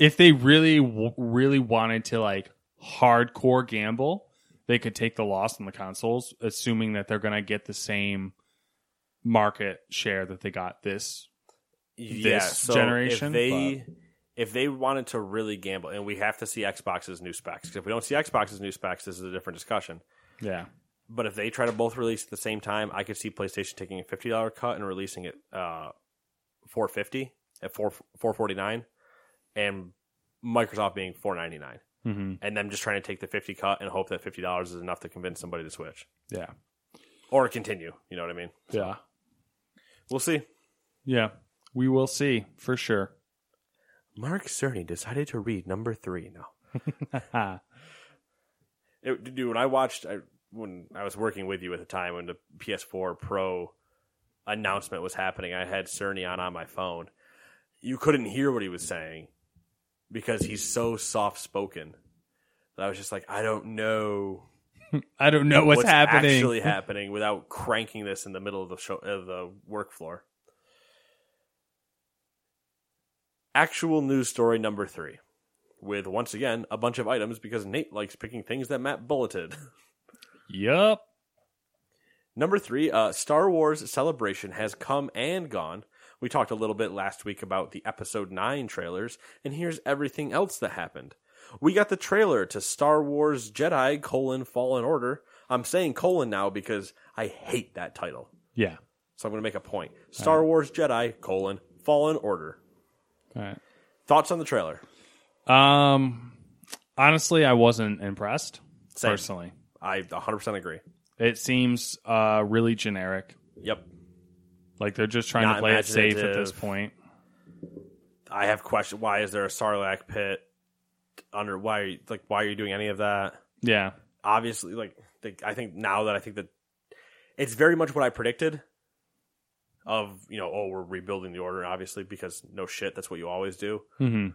Speaker 4: if they really, w- really wanted to like hardcore gamble, they could take the loss on the consoles, assuming that they're going to get the same market share that they got this.
Speaker 3: Yeah,
Speaker 4: This
Speaker 3: so
Speaker 4: generation,
Speaker 3: If they if they wanted to really gamble, and we have to see Xbox's new specs. 'cause if we don't see Xbox's new specs, this is a different discussion.
Speaker 4: Yeah.
Speaker 3: But if they try to both release at the same time, I could see PlayStation taking a fifty dollar cut and releasing it uh, four fifty at four four forty nine, and Microsoft being four ninety nine,
Speaker 4: hmm
Speaker 3: and them just trying to take the fifty cut and hope that fifty dollars is enough to convince somebody to switch
Speaker 4: Yeah.
Speaker 3: or continue. You know what I mean?
Speaker 4: Yeah.
Speaker 3: We'll see.
Speaker 4: Yeah, we will see for sure.
Speaker 5: Mark Cerny decided to read number three now.
Speaker 3: It, dude, I watched I, when I was working with you at the time when the PS4 Pro announcement was happening. I had Cerny on on my phone. You couldn't hear what he was saying because he's so soft spoken. I was just like, I don't know
Speaker 4: I don't know what's, happening.
Speaker 3: actually happening without cranking this in the middle of the show of the work floor. Actual news story number three, with once again a bunch of items because Nate likes picking things that Matt bulleted.
Speaker 4: Yup.
Speaker 3: Number three, uh, Star Wars Celebration has come and gone. We talked a little bit last week about the Episode 9 trailers, and here's everything else that happened. We got the trailer to Star Wars Jedi colon Fallen Order. I'm saying colon now because I hate that title.
Speaker 4: Yeah.
Speaker 3: So I'm going to make a point. Star Wars Jedi colon Fallen Order.
Speaker 4: All right.
Speaker 3: Thoughts on the trailer?
Speaker 4: Um, honestly, I wasn't impressed
Speaker 3: Same.
Speaker 4: personally.
Speaker 3: I 100% agree.
Speaker 4: It seems uh really generic.
Speaker 3: Yep.
Speaker 4: Like they're just trying
Speaker 3: Not
Speaker 4: to play it safe at this
Speaker 3: imaginative.
Speaker 4: point.
Speaker 3: I have question. Why is there a Sarlacc pit? Under why? are you- Like why are you doing any of that?
Speaker 4: Yeah.
Speaker 3: obviously like the, I think now that I think that it's very much what I predicted of you know oh we're rebuilding the order obviously because no shit that's what you always do
Speaker 4: hmm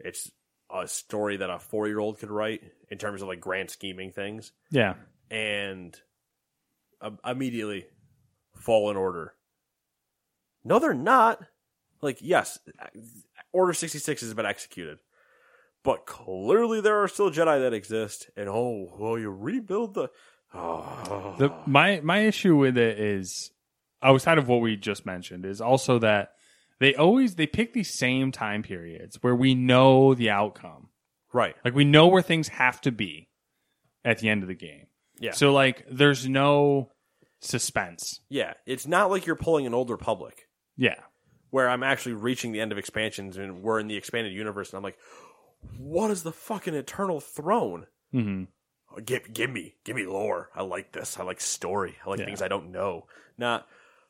Speaker 3: it's a story that a four year old could write in terms of like grand scheming things
Speaker 4: Yeah.
Speaker 3: and um, immediately fall in order no they're not like yes order 66 has been executed but clearly there are still jedi that exist and oh well you rebuild the oh
Speaker 4: The my my issue with it is outside of what we just mentioned is also that they always they pick these same time periods where we know the outcome.
Speaker 3: right
Speaker 4: Like we know where things have to be at the end of the game.
Speaker 3: Yeah.
Speaker 4: So like there's no suspense.
Speaker 3: yeah it's not like you're pulling an old republic
Speaker 4: Yeah.
Speaker 3: where i'm actually reaching the end of expansions and we're in the expanded universe and i'm like what is the fucking eternal throne
Speaker 4: hmm
Speaker 3: Oh, give give me give me lore. I like this. I like story. I like
Speaker 4: Yeah.
Speaker 3: things I don't know. Not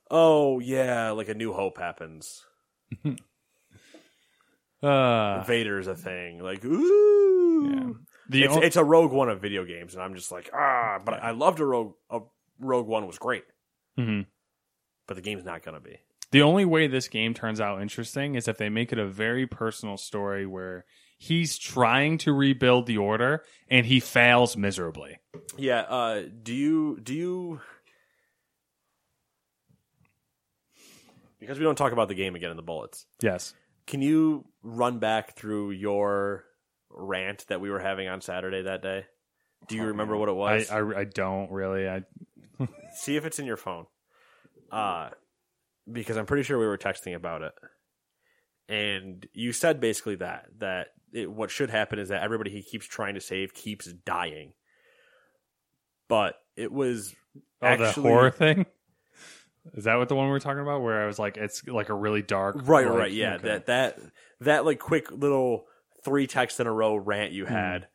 Speaker 3: oh yeah, like a New Hope happens.
Speaker 4: Uh,
Speaker 3: Vader's a thing. Like ooh,
Speaker 4: yeah. The
Speaker 3: it's,
Speaker 4: o-
Speaker 3: it's a Rogue One of video games, and I'm just like ah. But I loved a Rogue. A Rogue One was great,
Speaker 4: Mhm.
Speaker 3: but the game's not gonna be.
Speaker 4: The only way this game turns out interesting is if they make it a very personal story where he's trying to rebuild the order and he fails miserably.
Speaker 3: Yeah. Uh. Do you do you? Because we don't talk about the game again in the bullets.
Speaker 4: Yes.
Speaker 3: Can you run back through your rant that we were having on Saturday that day? Do you remember what it
Speaker 4: I,
Speaker 3: was?
Speaker 4: I, I don't really. I oh,
Speaker 3: See if it's in your phone. Uh, because I'm pretty sure we were texting about it. And you said basically that that it, what should happen is that everybody he keeps trying to save keeps dying. But it was
Speaker 4: oh the
Speaker 3: Actually-
Speaker 4: horror thing. Is that what the one we were talking about? Where I was like, it's like a really dark,
Speaker 3: right,
Speaker 4: like-
Speaker 3: right, yeah.
Speaker 4: okay.
Speaker 3: That that that like quick little three texts in a row rant
Speaker 4: Hmm.
Speaker 3: you had.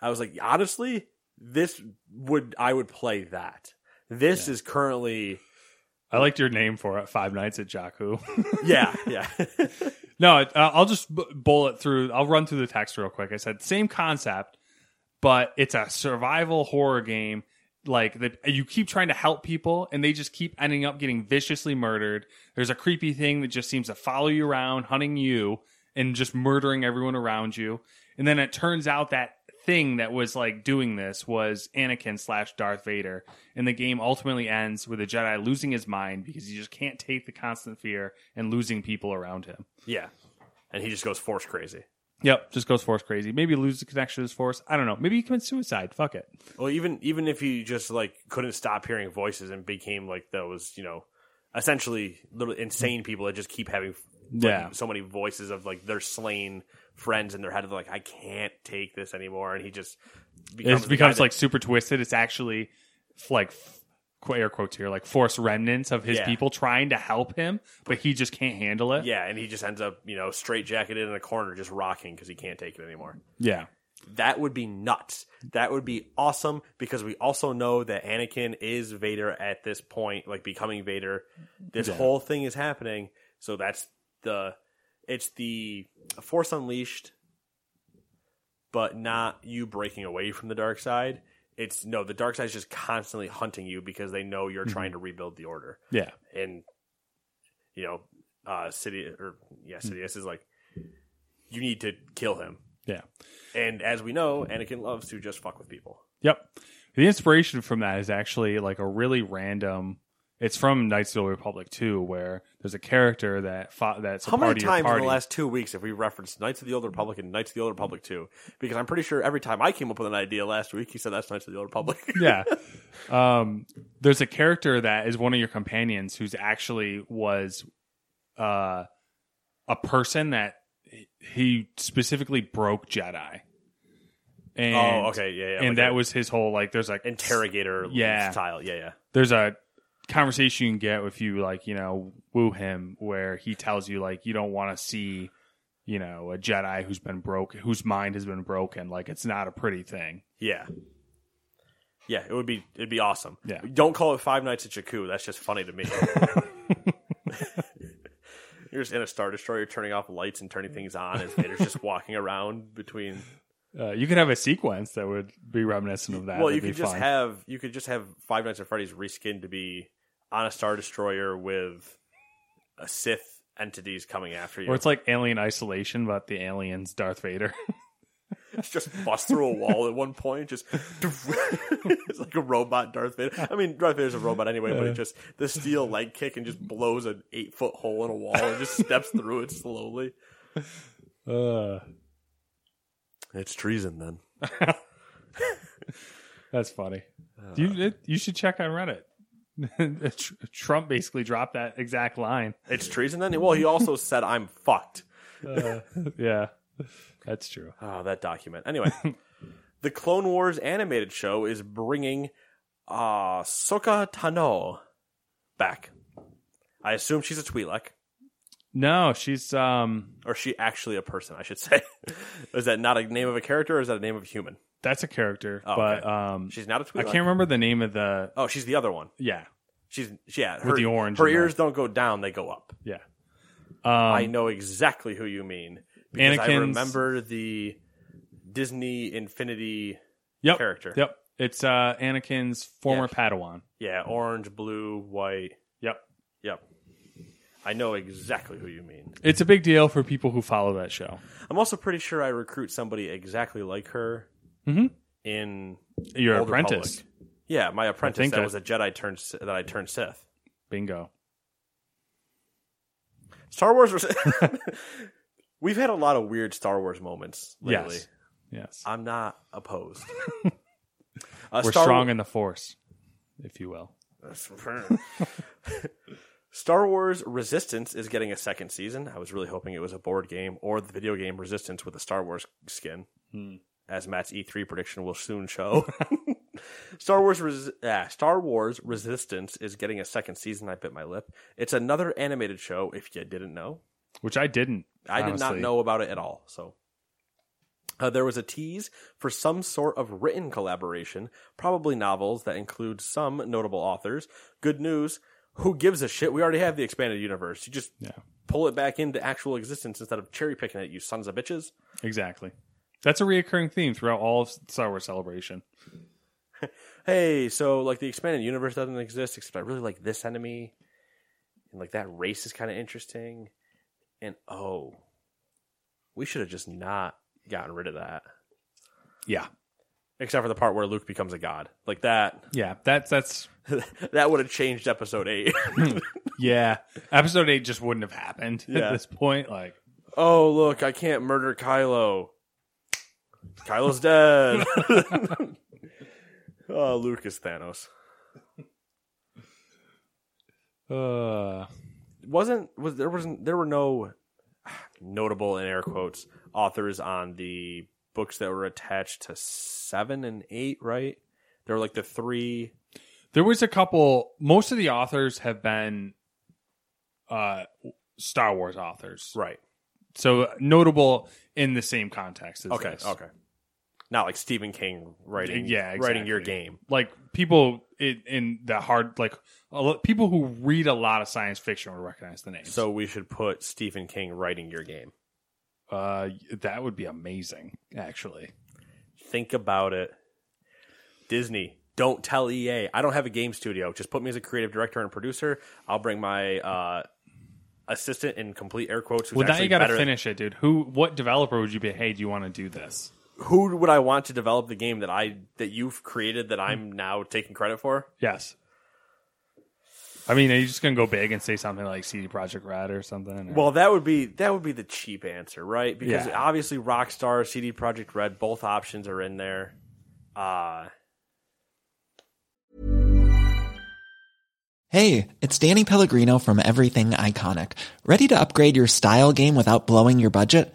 Speaker 3: I was like, honestly, this would I would play that. This is currently
Speaker 4: I liked your name for it. Five Nights at Jakku.
Speaker 3: yeah, yeah.
Speaker 4: No, it- uh, I'll just bu- bullet through. I'll run through the text real quick. I said same concept, but it's a survival horror game. Like that, you keep trying to help people, and they just keep ending up getting viciously murdered. There's a creepy thing that just seems to follow you around, hunting you, and just murdering everyone around you. And then it turns out that thing that was like doing this was Anakin slash Darth Vader, and the game ultimately ends with a Jedi losing his mind because he just can't take the constant fear and losing people around him.
Speaker 3: yeah. And he just goes force crazy.
Speaker 4: Yep, just goes force crazy. Maybe lose the connection to his force. I don't know. Maybe he commits suicide. Fuck it.
Speaker 3: Well, even even if he just like couldn't stop hearing voices and became like those, you know, essentially little insane people that just keep having like,
Speaker 4: Yeah.
Speaker 3: so many voices of like their slain friends in their head of like I can't take this anymore, and he just becomes,
Speaker 4: it
Speaker 3: the guy
Speaker 4: becomes
Speaker 3: that-
Speaker 4: like super twisted. It's actually f- like f- qu- air quotes here, like force remnants of his
Speaker 3: Yeah.
Speaker 4: people trying to help him, but he just can't handle it.
Speaker 3: yeah, and he just ends up you know straight jacketed in a corner just rocking because he can't take it anymore.
Speaker 4: yeah.
Speaker 3: That would be nuts. That would be awesome because we also know that Anakin is Vader at this point, like becoming Vader. This whole thing is happening. So that's the it's the Force Unleashed, but not you breaking away from the dark side. It's no, the dark side's just constantly hunting you because they know you're trying to rebuild the order
Speaker 4: Yeah.
Speaker 3: and you know uh city or yeah Sidious is like you need to kill him
Speaker 4: Yeah.
Speaker 3: and as we know Anakin loves to just fuck with people
Speaker 4: Yep. The inspiration from that is actually like a really random. It's from Knights of the Old Republic too, where there's a character that fought that's a
Speaker 3: how many
Speaker 4: party of
Speaker 3: times in
Speaker 4: party.
Speaker 3: the last two weeks have we referenced Knights of the Old Republic and Knights of the Old Republic 2 because I'm pretty sure every time I came up with an idea last week he said that's Knights of the Old Republic
Speaker 4: yeah. Um, there's a character that is one of your companions who's actually was uh, a person that he- he specifically broke Jedi. And,
Speaker 3: oh okay yeah, yeah
Speaker 4: and
Speaker 3: like
Speaker 4: that
Speaker 3: a
Speaker 4: was his whole like. There's like
Speaker 3: interrogator
Speaker 4: Yeah.
Speaker 3: style yeah yeah
Speaker 4: there's a conversation you can get if you like you know woo him where he tells you like you don't want to see you know a jedi who's been broke whose mind has been broken like it's not a pretty thing
Speaker 3: yeah yeah it would be it'd be awesome
Speaker 4: Yeah.
Speaker 3: don't call it Five Nights at Jakku that's just funny to me You're just in a Star Destroyer turning off lights and turning things on as Vader's just walking around between
Speaker 4: uh, you could have a sequence that would be reminiscent of that
Speaker 3: Well,
Speaker 4: That'd
Speaker 3: you
Speaker 4: be
Speaker 3: could just
Speaker 4: fun.
Speaker 3: have you could just have Five Nights at Freddy's reskinned to be on a Star Destroyer with a Sith entities coming after you.
Speaker 4: or it's like alien isolation but the aliens darth vader
Speaker 3: just bust through a wall at one point, just it's like a robot Darth Vader. I mean Darth Vader's a robot anyway, but it just the steel leg kick and just blows an eight foot hole in a wall and just steps through it slowly.
Speaker 4: uh,
Speaker 5: It's treason then.
Speaker 4: that's funny
Speaker 3: Uh,
Speaker 4: Do you it, you should check on reddit Tr- trump basically dropped that exact line
Speaker 3: It's treason then? Well, he also said I'm fucked.
Speaker 4: uh, yeah that's true
Speaker 3: Oh, that document. Anyway, the Clone Wars animated show is bringing uh, Sokka Tano back. I assume she's a Twi'lek,
Speaker 4: no she's um
Speaker 3: or she actually a person, I should say. is that not a name of a character, or is that a name of a human?
Speaker 4: That's a character,
Speaker 3: Oh,
Speaker 4: but
Speaker 3: okay.
Speaker 4: um,
Speaker 3: She's not a
Speaker 4: I
Speaker 3: Twi'lek.
Speaker 4: can't remember the name of the.
Speaker 3: Oh, she's the other one.
Speaker 4: Yeah,
Speaker 3: She's yeah. Her,
Speaker 4: the orange
Speaker 3: Her
Speaker 4: in there.
Speaker 3: ears don't go down; they go up.
Speaker 4: yeah.
Speaker 3: I
Speaker 4: Um,
Speaker 3: know exactly who you mean because I
Speaker 4: Anakin's-
Speaker 3: remember the Disney Infinity.
Speaker 4: yep,
Speaker 3: character.
Speaker 4: Yep, it's uh, Anakin's former Padawan.
Speaker 3: Yeah, orange, blue, white.
Speaker 4: Yep,
Speaker 3: Yep. I know exactly who you mean.
Speaker 4: it's a big deal for people who follow that show.
Speaker 3: I'm also pretty sure I recruit somebody exactly like her
Speaker 4: Mhm.
Speaker 3: in
Speaker 4: Your
Speaker 3: Old
Speaker 4: apprentice,
Speaker 3: Republic. Yeah, my apprentice
Speaker 4: think
Speaker 3: that,
Speaker 4: that-
Speaker 3: was a Jedi turned Sith- that I turned Sith.
Speaker 4: bingo.
Speaker 3: Star Wars was We've had a lot of weird Star Wars moments lately.
Speaker 4: Yes, yes.
Speaker 3: I'm not opposed. uh,
Speaker 4: We're
Speaker 3: Star
Speaker 4: strong in the Force, if you will.
Speaker 3: Star Wars Resistance is getting a second season. I was really hoping it was a board game or the video game Resistance with a Star Wars skin,
Speaker 4: Hmm.
Speaker 3: as Matt's E3 prediction will soon show. Star Wars, Res- ah, Star Wars Resistance is getting a second season. I bit my lip. It's another animated show. If you didn't know,
Speaker 4: Which I didn't.
Speaker 3: I did not
Speaker 4: honestly.
Speaker 3: know about it at all. So uh, there was a tease for some sort of written collaboration, probably novels that include some notable authors. Good news. Who gives a shit? We already have the expanded universe. You just
Speaker 4: Yeah.
Speaker 3: pull it back into actual existence instead of cherry picking it, you sons of bitches.
Speaker 4: exactly. That's a reoccurring theme throughout all of Star Wars Celebration.
Speaker 3: Hey, so like the expanded universe doesn't exist, except I really like this enemy. And like that race is kind of interesting. And oh, we should have just not gotten rid of that.
Speaker 4: Yeah,
Speaker 3: except for the part where Luke becomes a god. Like that,
Speaker 4: yeah. That's that's
Speaker 3: that would have changed episode eight.
Speaker 4: yeah. Episode eight just wouldn't have happened
Speaker 3: Yeah.
Speaker 4: at this point. Like,
Speaker 3: oh, look, I can't murder Kylo. Kylo's dead. oh, Luke is Thanos.
Speaker 4: uh,
Speaker 3: Wasn't was there wasn't there were no notable in air quotes authors on the books that were attached to seven and eight, right? There were like the three
Speaker 4: There was a couple. Most of the authors have been uh, Star Wars authors,
Speaker 3: right.
Speaker 4: so notable in the same context. As
Speaker 3: Okay,
Speaker 4: this.
Speaker 3: okay. not like Stephen King writing
Speaker 4: Yeah,
Speaker 3: writing your
Speaker 4: exactly.
Speaker 3: game.
Speaker 4: like people in, in the hard like a lo- people who read a lot of science fiction would recognize the name.
Speaker 3: So we should put Stephen King writing your game.
Speaker 4: uh, that would be amazing, actually.
Speaker 3: Think about it. Disney, don't tell EA. I don't have a game studio. Just put me as a creative director and producer. I'll bring my uh, assistant in complete air quotes. Who's
Speaker 4: Well, now
Speaker 3: actually
Speaker 4: you got to
Speaker 3: better-
Speaker 4: finish it, dude. Who? What developer would you be? Hey, do you want to do this?
Speaker 3: Who would I want to develop the game that I that you've created that I'm now taking credit for?
Speaker 4: Yes. I mean, are you just gonna go big and say something like CD Project Red or something? or-
Speaker 3: Well, that would be that would be the cheap answer, right? Because
Speaker 4: Yeah.
Speaker 3: obviously Rockstar, CD Project Red, both options are in there. Uh
Speaker 6: Hey, it's Danny Pellegrino from Everything Iconic. Ready to upgrade your style game without blowing your budget?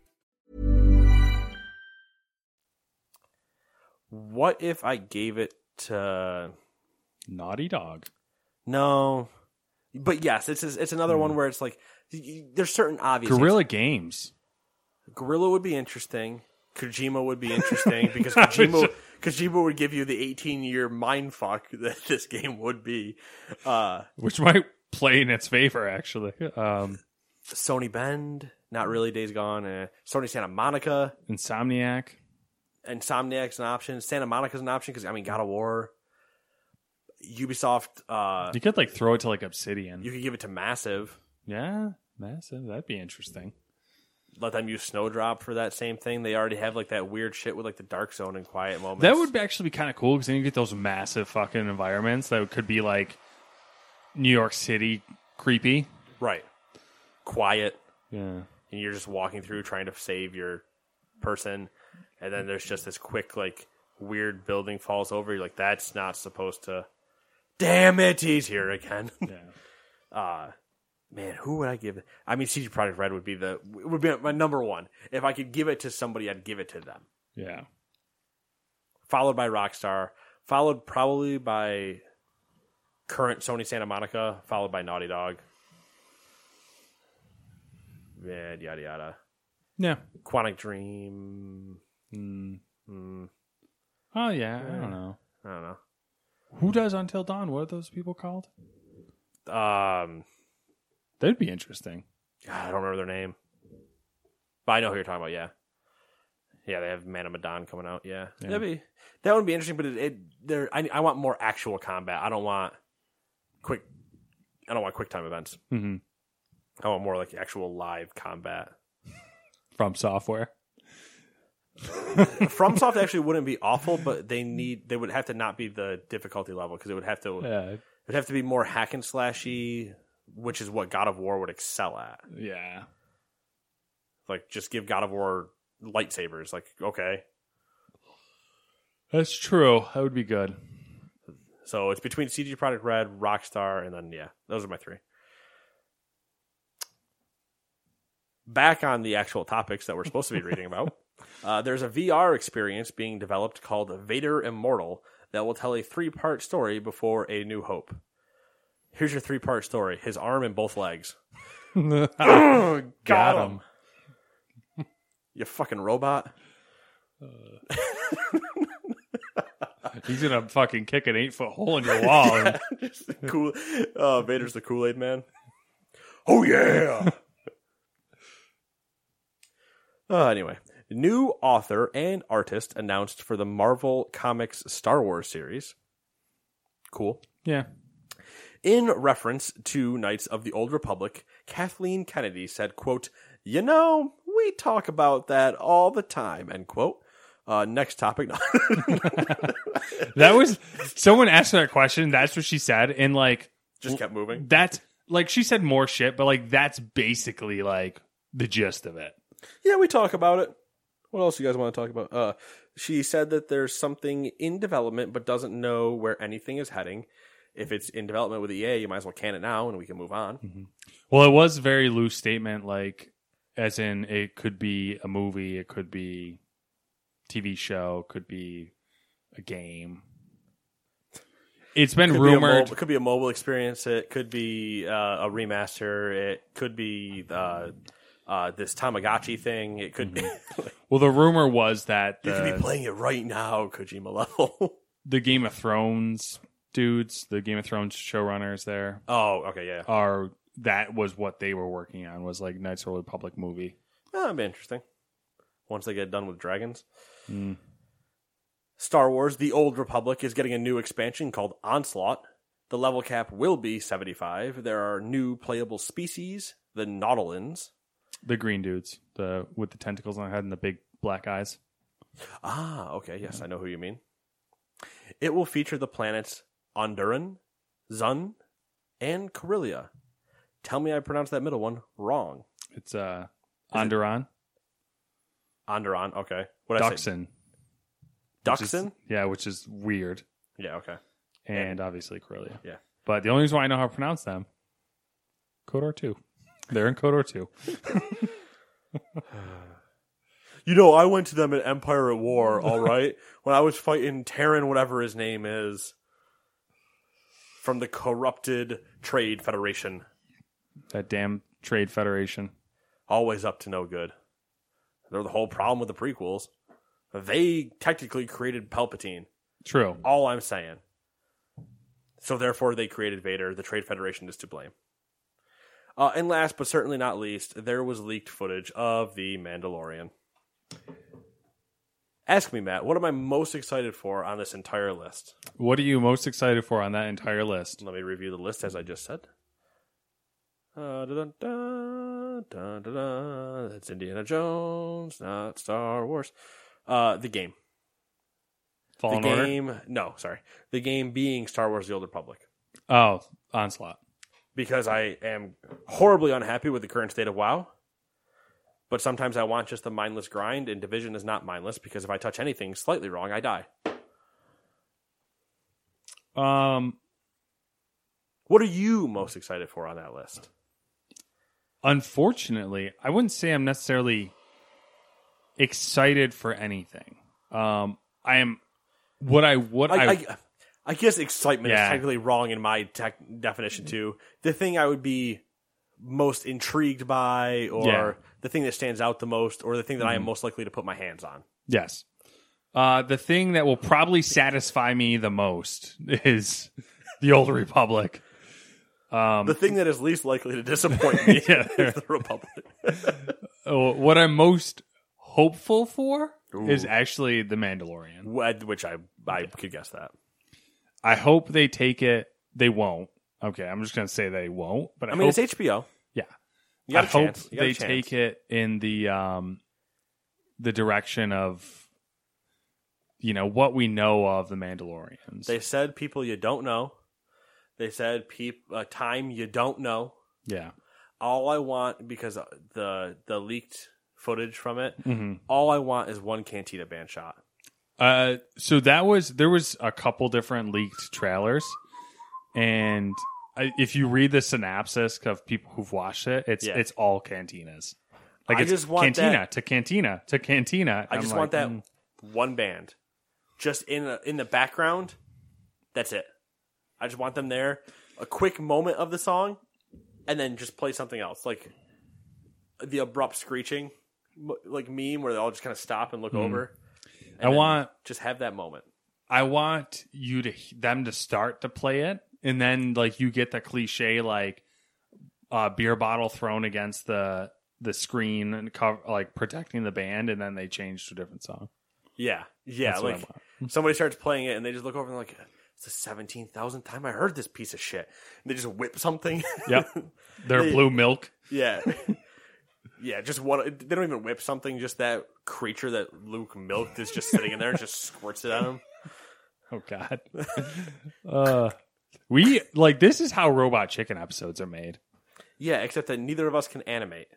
Speaker 3: what if I gave it to
Speaker 4: Naughty Dog.
Speaker 3: No. But yes, it's it's another
Speaker 4: Hmm.
Speaker 3: one where it's like y- y- there's certain obvious
Speaker 4: Guerrilla Games.
Speaker 3: Gorilla would be interesting. Kojima would be interesting because Kojima Kojima would give you the 18 year mind fuck that this game would be. Uh,
Speaker 4: which might play in its favor actually. Um,
Speaker 3: Sony Bend, not really. Days Gone. Eh. Sony Santa Monica.
Speaker 4: Insomniac.
Speaker 3: Insomniac's an option. Santa Monica's an option because I mean God of War. Ubisoft. Uh,
Speaker 4: You could like throw it to like Obsidian.
Speaker 3: you could give it to Massive.
Speaker 4: yeah, massive. That'd be interesting.
Speaker 3: Let them use Snowdrop for that same thing. They already have like that weird shit with like the Dark Zone and Quiet Moments.
Speaker 4: That would be- actually be kind of cool because then you get those massive fucking environments that could be like New York City creepy.
Speaker 3: right. Quiet.
Speaker 4: Yeah.
Speaker 3: and you're just walking through trying to save your person and then there's just this quick like weird building falls over you're like that's not supposed to damn it he's here again uh man who would i give it i mean cg project red would be the would be my number one if i could give it to somebody i'd give it to them
Speaker 4: Yeah.
Speaker 3: followed by rockstar followed probably by current sony santa monica followed by naughty dog and yada yada
Speaker 4: Yeah.
Speaker 3: Quantic Dream.
Speaker 4: Oh yeah. I don't know.
Speaker 3: I don't know.
Speaker 4: Who does Until Dawn? What are those people called?
Speaker 3: Um,
Speaker 4: That'd be interesting.
Speaker 3: God, I don't remember their name, but I know who you're talking about. Yeah, yeah, they have Man of Medan coming out. Yeah, that'd be that would be interesting. But it, it there, I, I want more actual combat. I don't want quick. I don't want quick time events.
Speaker 4: Mhm.
Speaker 3: I want more like actual live combat.
Speaker 4: From software.
Speaker 3: FromSoft actually wouldn't be awful, but they need they would have to not be the difficulty level because it would have to
Speaker 4: Yeah,
Speaker 3: it'd have to be more hack and slashy, which is what God of War would excel at.
Speaker 4: yeah.
Speaker 3: Like just give God of War lightsabers. Like okay,
Speaker 4: That's true. That would be good.
Speaker 3: so it's between CG Product Red, Rockstar, and then yeah, those are my three. Back on the actual topics that we're supposed to be reading about, uh, there's a VR experience being developed called Vader Immortal that will tell a three part story before A New Hope. Here's your three part story his arm and both legs.
Speaker 4: Got,
Speaker 3: him. You fucking robot.
Speaker 4: He's gonna fucking kick an eight foot hole in your wall. and-
Speaker 3: Just the cool. Uh, Vader's the Kool Aid Man. Oh yeah. uh, anyway, new author and artist announced for the Marvel Comics Star Wars series. Cool.
Speaker 4: yeah.
Speaker 3: In reference to Knights of the Old Republic, Kathleen Kennedy said, quote, You know, we talk about that all the time, end quote. Uh, next topic.
Speaker 4: That was someone asked her that question. That's what she said, and like
Speaker 3: Just kept moving.
Speaker 4: that's like she said more shit, but like that's basically like the gist of it.
Speaker 3: Yeah, we talk about it. What else you guys want to talk about? Uh, she said that there's something in development, but doesn't know where anything is heading. If it's in development with EA, you might as well can it now, and we can move on.
Speaker 4: Well, it was a very loose statement, like as in it could be a movie, it could be TV show, could be a game. It's been
Speaker 3: Could be a mo-
Speaker 4: rumored.
Speaker 3: could be a mobile experience. It could be uh, a remaster. It could be uh, uh, this Tamagotchi thing. It could be.
Speaker 4: well, the rumor was that
Speaker 3: you could be
Speaker 4: the,
Speaker 3: playing it right now, Kojima level.
Speaker 4: the Game of Thrones dudes, the Game of Thrones showrunners there,
Speaker 3: oh, okay, yeah.
Speaker 4: are that was what they were working on was like Knights of the Old Republic movie.
Speaker 3: Oh, that'd be interesting. Once they get done with dragons.
Speaker 4: Hmm.
Speaker 3: Star Wars The Old Republic is getting a new expansion called Onslaught. The level cap will be 75. There are new playable species, the Nautilins.
Speaker 4: The green dudes, the with the tentacles on their head and the big black eyes.
Speaker 3: Ah, okay, yes, I know who you mean. It will feature the planets Onduran, Zun, and Corellia. Tell me I pronounced that middle one wrong.
Speaker 4: It's uh Onderon,
Speaker 3: Onderon, okay. What did I say?
Speaker 4: Duxon. which is-
Speaker 3: Duxon?
Speaker 4: yeah, which is weird.
Speaker 3: Yeah, okay.
Speaker 4: And obviously Corellia.
Speaker 3: Yeah.
Speaker 4: But the only reason why I know how to pronounce them, Kodor 2. They're in Kodor 2.
Speaker 3: You know, I went to them at Empire at War, all right? when I was fighting Terran, whatever his name is, from the corrupted Trade Federation.
Speaker 4: That damn Trade Federation.
Speaker 3: Always up to no good. They're the whole problem with the prequels. They technically created Palpatine.
Speaker 4: True.
Speaker 3: All I'm saying. So therefore, they created Vader. The Trade Federation is to blame. Uh, and last but certainly not least, there was leaked footage of the Mandalorian. Ask me, Matt, what am I most excited for on this entire list?
Speaker 4: What are you most excited for on that entire list?
Speaker 3: Let me review the list as I just said. Uh, dun, dun, dun, dun, dun. That's Indiana Jones, not Star Wars. Uh, the game.
Speaker 4: Fallen
Speaker 3: the
Speaker 4: Order?
Speaker 3: game. No, sorry. The game being Star Wars The Old Republic.
Speaker 4: Oh, Onslaught.
Speaker 3: because I am horribly unhappy with the current state of WoW. But sometimes I want just the mindless grind, and Division is not mindless because if I touch anything slightly wrong, I die.
Speaker 4: Um,
Speaker 3: What are you most excited for on that list?
Speaker 4: unfortunately, I wouldn't say I'm necessarily excited for anything. Um, I am what I what
Speaker 3: I,
Speaker 4: I,
Speaker 3: I, I guess excitement
Speaker 4: Yeah.
Speaker 3: is technically wrong in my tech definition, too. The thing I would be most intrigued by, or
Speaker 4: Yeah.
Speaker 3: the thing that stands out the most, or the thing that I am most likely to put my hands on.
Speaker 4: yes. Uh, the thing that will probably satisfy me the most is the Old Republic.
Speaker 3: the thing that is least likely to disappoint me
Speaker 4: Yeah.
Speaker 3: is the Republic.
Speaker 4: Oh, What I'm most hopeful for is actually the Mandalorian.
Speaker 3: Wed- Which I, I could guess that.
Speaker 4: I hope they take it. They won't. Okay, I'm just gonna say they won't. But I,
Speaker 3: I mean,
Speaker 4: hope,
Speaker 3: it's HBO.
Speaker 4: yeah.
Speaker 3: You got
Speaker 4: I
Speaker 3: a
Speaker 4: hope
Speaker 3: chance. You got a
Speaker 4: they
Speaker 3: chance.
Speaker 4: take it in the um the direction of you know what we know of the Mandalorians.
Speaker 3: They said people you don't know. They said peop- uh, time you don't know.
Speaker 4: yeah.
Speaker 3: All I want because uh, the the leaked footage from it.
Speaker 4: Mhm.
Speaker 3: All I want is one Cantina band shot.
Speaker 4: Uh, so that was there was a couple different leaked trailers, and I, if you read the synopsis of people who've watched it, it's
Speaker 3: Yeah.
Speaker 4: it's all cantinas. Like
Speaker 3: I
Speaker 4: it's
Speaker 3: just want
Speaker 4: cantina
Speaker 3: that-
Speaker 4: to cantina to cantina.
Speaker 3: I
Speaker 4: I'm
Speaker 3: just
Speaker 4: like,
Speaker 3: want that
Speaker 4: mm.
Speaker 3: one band, just in a, in the background. That's it. I just want them there. A quick moment of the song, and then just play something else, like the abrupt screeching, m- like meme, where they all just kind of stop and look over. and
Speaker 4: Mm-hmm. I
Speaker 3: then
Speaker 4: want
Speaker 3: just have that moment.
Speaker 4: I want you to them to start to play it, and then like you get the cliche like uh, beer bottle thrown against the the screen and cover like protecting the band, and then they change to a different song.
Speaker 3: Yeah, yeah.
Speaker 4: That's what I
Speaker 3: like somebody starts playing it, and they just look over and like, it's the seventeen thousandth time I heard this piece of shit. And they just whip something.
Speaker 4: Yep, their blue milk.
Speaker 3: Yeah. Yeah, just one. They don't even whip something. Just that creature that Luke milked is just sitting in there and just squirts it at him.
Speaker 4: Oh God. uh, we like this is how Robot Chicken episodes are made.
Speaker 3: Yeah, except that neither of us can animate.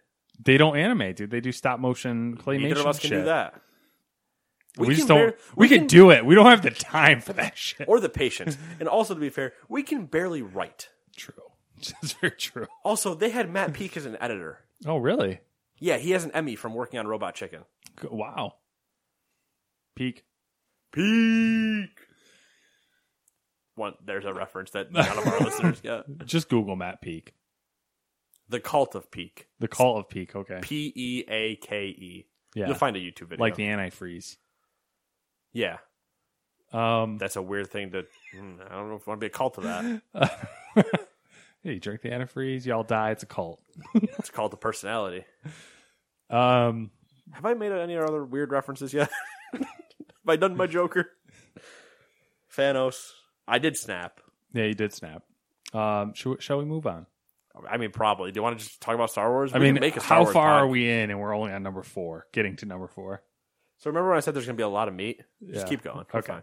Speaker 4: They don't animate, dude. They do stop motion claymation.
Speaker 3: Neither of us can
Speaker 4: shit.
Speaker 3: do that,
Speaker 4: We,
Speaker 3: We
Speaker 4: just
Speaker 3: can
Speaker 4: don't.
Speaker 3: bar-
Speaker 4: we, can, do it. We don't have the time for that shit.
Speaker 3: or the patience. and also, to be fair, we can barely write.
Speaker 4: True. It's very true.
Speaker 3: Also, they had Matt Peak as an editor.
Speaker 4: Oh really?
Speaker 3: Yeah, he has an Emmy from working on Robot Chicken.
Speaker 4: Go- Wow. Peak.
Speaker 3: Peak. One, there's a reference that none of our listeners get.
Speaker 4: Just Google Matt Peak.
Speaker 3: The Cult of Peak.
Speaker 4: The Call of Peak. Okay.
Speaker 3: P E A K E.
Speaker 4: Yeah.
Speaker 3: You'll find a YouTube video.
Speaker 4: like the antifreeze.
Speaker 3: yeah.
Speaker 4: Um.
Speaker 3: That's a weird thing to. mm, I don't know if I want to be a cult of that.
Speaker 4: hey, you drink the antifreeze, y'all die. It's a cult.
Speaker 3: It's called the personality.
Speaker 4: Um.
Speaker 3: Have I made any other weird references yet? Have I done my Joker? Thanos. I did snap.
Speaker 4: Yeah, you did snap. Um. Shall, shall we move on?
Speaker 3: I mean, probably. Do you want to just talk about Star Wars?
Speaker 4: I
Speaker 3: We
Speaker 4: mean,
Speaker 3: can make a Star
Speaker 4: how
Speaker 3: Wars
Speaker 4: far
Speaker 3: pod.
Speaker 4: are we in? And we're only on number four, getting to number four.
Speaker 3: So remember when I said there's going to be a lot of meat? Just
Speaker 4: Yeah.
Speaker 3: keep going.
Speaker 4: Okay. Um,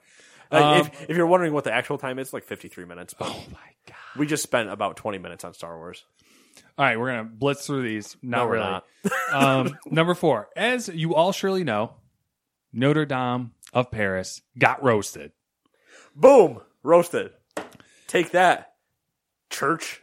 Speaker 3: Okay. Like, if, if you're wondering what the actual time is, like 53 minutes. But
Speaker 4: Oh my god!
Speaker 3: we just spent about 20 minutes on Star Wars.
Speaker 4: All right, we're gonna blitz through these. Not
Speaker 3: No, we're
Speaker 4: really.
Speaker 3: not.
Speaker 4: um, number four, as you all surely know, Notre Dame of Paris got roasted.
Speaker 3: Boom! Roasted. Take that, church.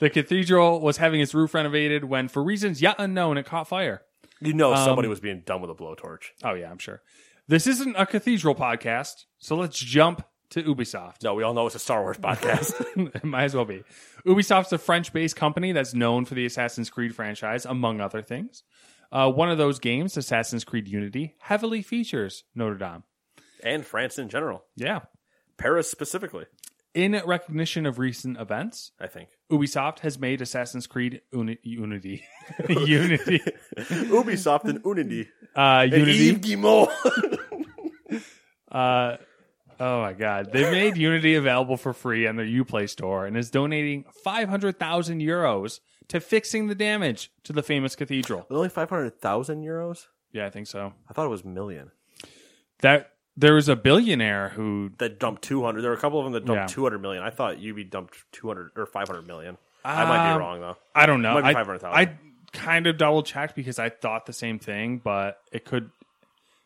Speaker 4: The cathedral was having its roof renovated when, for reasons yet unknown, it caught fire.
Speaker 3: You know somebody
Speaker 4: Um,
Speaker 3: was being done with a blowtorch.
Speaker 4: Oh yeah, I'm sure. This isn't a cathedral podcast, so let's jump to Ubisoft.
Speaker 3: No, we all know it's a Star Wars podcast.
Speaker 4: it might as well be. Ubisoft's a French based company that's known for the Assassin's Creed franchise, among other things. Uh, one of those games, Assassin's Creed Unity, heavily features Notre Dame.
Speaker 3: and France in general,
Speaker 4: Yeah.
Speaker 3: Paris specifically,
Speaker 4: In recognition of recent events,
Speaker 3: I think.
Speaker 4: Ubisoft has made Assassin's Creed Uni- Unity. Unity.
Speaker 3: Ubisoft and Unity.
Speaker 4: Uh,
Speaker 3: And Yves
Speaker 4: Unity.
Speaker 3: Guillemot.
Speaker 4: Uh, oh my God. They made Unity available for free on their Uplay store and is donating 500,000 euros to fixing the damage to the famous cathedral.
Speaker 3: Only 500,000 euros?
Speaker 4: Yeah, I think so.
Speaker 3: I thought it was million.
Speaker 4: that there was a billionaire who
Speaker 3: That dumped 200. There were a couple of them that dumped
Speaker 4: Yeah.
Speaker 3: 200 million. I thought UB dumped 200 or 500 million. I might be
Speaker 4: Um,
Speaker 3: wrong, though.
Speaker 4: I don't know.
Speaker 3: Might be
Speaker 4: I,
Speaker 3: 500,000.
Speaker 4: I kind of double checked because I thought the same thing, but it could.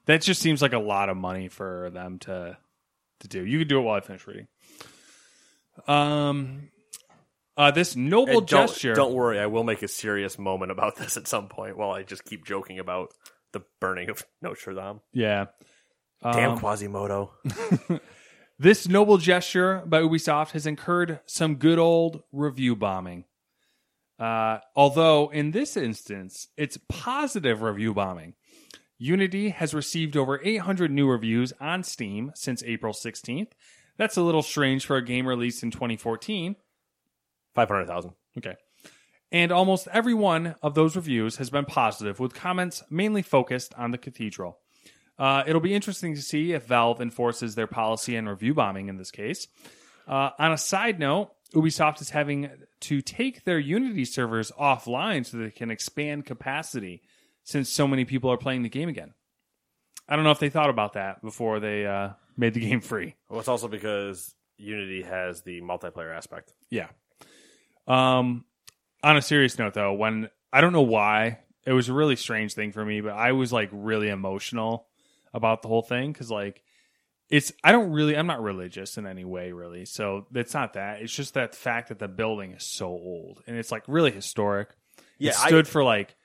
Speaker 4: That just seems like a lot of money for them to to do. You could do it while I finish reading. Um, uh, this noble
Speaker 3: And don't,
Speaker 4: gesture.
Speaker 3: don't worry, I will make a serious moment about this at some point while I just keep joking about the burning of Notre Dame.
Speaker 4: yeah.
Speaker 3: Damn Quasimodo.
Speaker 4: This noble gesture by Ubisoft has incurred some good old review bombing. Uh, although, in this instance, it's positive review bombing. Unity has received over 800 new reviews on Steam since April 16th. That's a little strange for a game released in 2014.
Speaker 3: 500,000.
Speaker 4: Okay. And almost every one of those reviews has been positive, with comments mainly focused on the cathedral. Uh, it'll be interesting to see if Valve enforces their policy and review bombing in this case. Uh, on a side note, Ubisoft is having to take their Unity servers offline so they can expand capacity, since so many people are playing the game again. I don't know if they thought about that before they uh, made the game free.
Speaker 3: Well, it's also because Unity has the multiplayer aspect.
Speaker 4: Yeah. Um, on a serious note, though, when I don't know why it was a really strange thing for me, but I was like really emotional about the whole thing because like it's I don't really I'm not religious in any way really, so it's not that. It's just that fact that the building is so old and it's like really historic.
Speaker 3: Yeah,
Speaker 4: it
Speaker 3: I-
Speaker 4: stood for like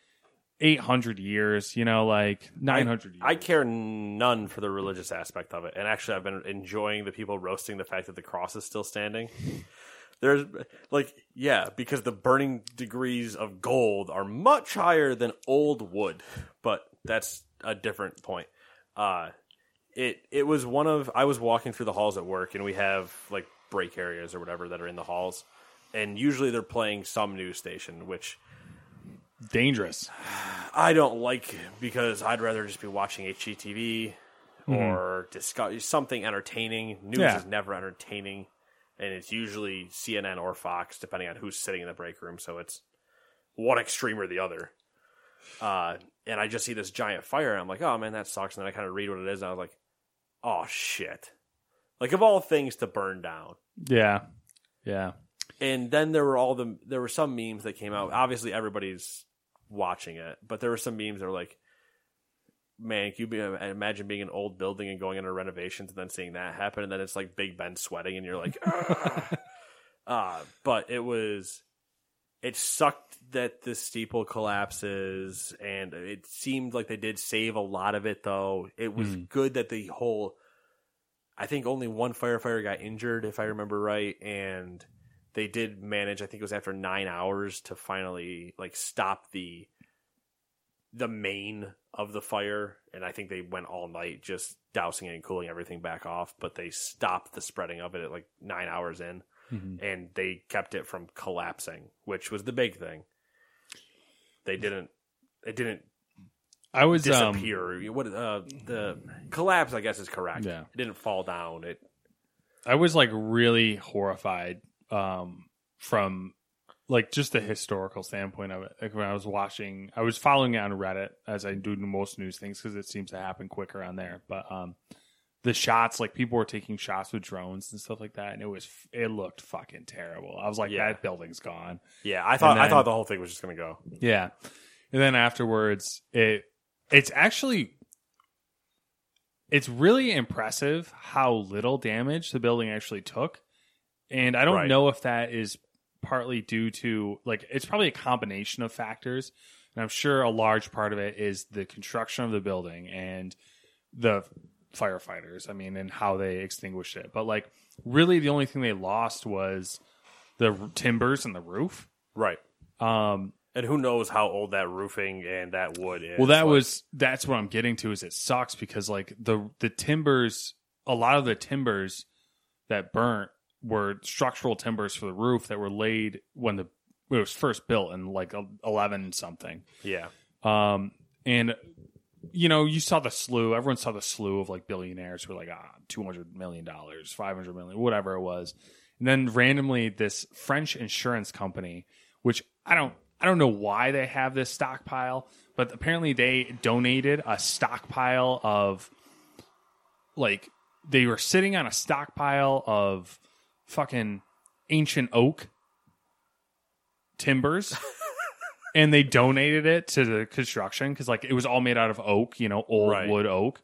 Speaker 4: 800 years, you know, like 900 years.
Speaker 3: I care none for the religious aspect of it, and actually, I've been enjoying the people roasting the fact that the cross is still standing. There's like, yeah, because the burning degrees of gold are much higher than old wood, but that's a different point. Uh, it it was one of I was walking through the halls at work, and we have like break areas or whatever that are in the halls, and usually they're playing some news station, which
Speaker 4: dangerous.
Speaker 3: I don't like because I'd rather just be watching HGTV or discuss something entertaining. News
Speaker 4: Yeah.
Speaker 3: is never entertaining, and it's usually CNN or Fox, depending on who's sitting in the break room. So it's one extreme or the other. Uh, and I just see this giant fire, and I'm like, oh man, that sucks. And then I kind of read what it is, and I was like, oh shit. Like of all things to burn down,
Speaker 4: Yeah. Yeah.
Speaker 3: and then there were all the there were some memes that came out. Obviously, everybody's watching it, but there were some memes that were like, "Man, can you be, imagine being an old building and going into renovations and then seeing that happen?" And then it's like Big Ben sweating, and you're like, "Ugh." uh, "But it was, it sucked that the steeple collapses, and it seemed like they did save a lot of it, though. It was good that the whole." I think only one firefighter got injured, if I remember right, and they did manage i think it was after nine hours to finally like stop the the main of the fire and i think they went all night just dousing it and cooling everything back off but they stopped the spreading of it at like nine hours in
Speaker 4: Mm-hmm.
Speaker 3: and they kept it from collapsing which was the big thing they didn't it didn't
Speaker 4: I was um,
Speaker 3: disappear what uh, the collapse i guess is correct
Speaker 4: Yeah.
Speaker 3: it didn't fall down it
Speaker 4: I was like really horrified um, from like just the historical standpoint of it. Like when I was watching, I was following it on Reddit as I do most news things because it seems to happen quicker on there. But um, the shots, like people were taking shots with drones and stuff like that, and it was it looked fucking terrible. I was like,
Speaker 3: Yeah.
Speaker 4: that building's gone.
Speaker 3: yeah i thought i
Speaker 4: then-
Speaker 3: thought the whole thing was just gonna go
Speaker 4: Yeah. And then afterwards, it it's actually it's really impressive how little damage the building actually took. And I don't
Speaker 3: Right.
Speaker 4: know if that is partly due to like it's probably a combination of factors. And I'm sure a large part of it is the construction of the building and the firefighters, I mean, and how they extinguished it. But like really the only thing they lost was the r- timbers and the roof.
Speaker 3: right
Speaker 4: Um
Speaker 3: And who knows how old that roofing and that wood is?
Speaker 4: Well, that
Speaker 3: Like,
Speaker 4: was that's what I'm getting to is it sucks because like the the timbers, a lot of the timbers that burnt were structural timbers for the roof that were laid when the when it was first built in like el- 11 something.
Speaker 3: yeah,
Speaker 4: Um, and you know, you saw the slew. Everyone saw the slew of like billionaires who were like ah, two hundred million dollars, five hundred million, whatever it was. And then randomly, this French insurance company, which I don't, I don't know why they have this stockpile, but apparently they donated a stockpile of like they were sitting on a stockpile of fucking ancient oak timbers and they donated it to the construction because like it was all made out of oak you know old
Speaker 3: Right.
Speaker 4: wood oak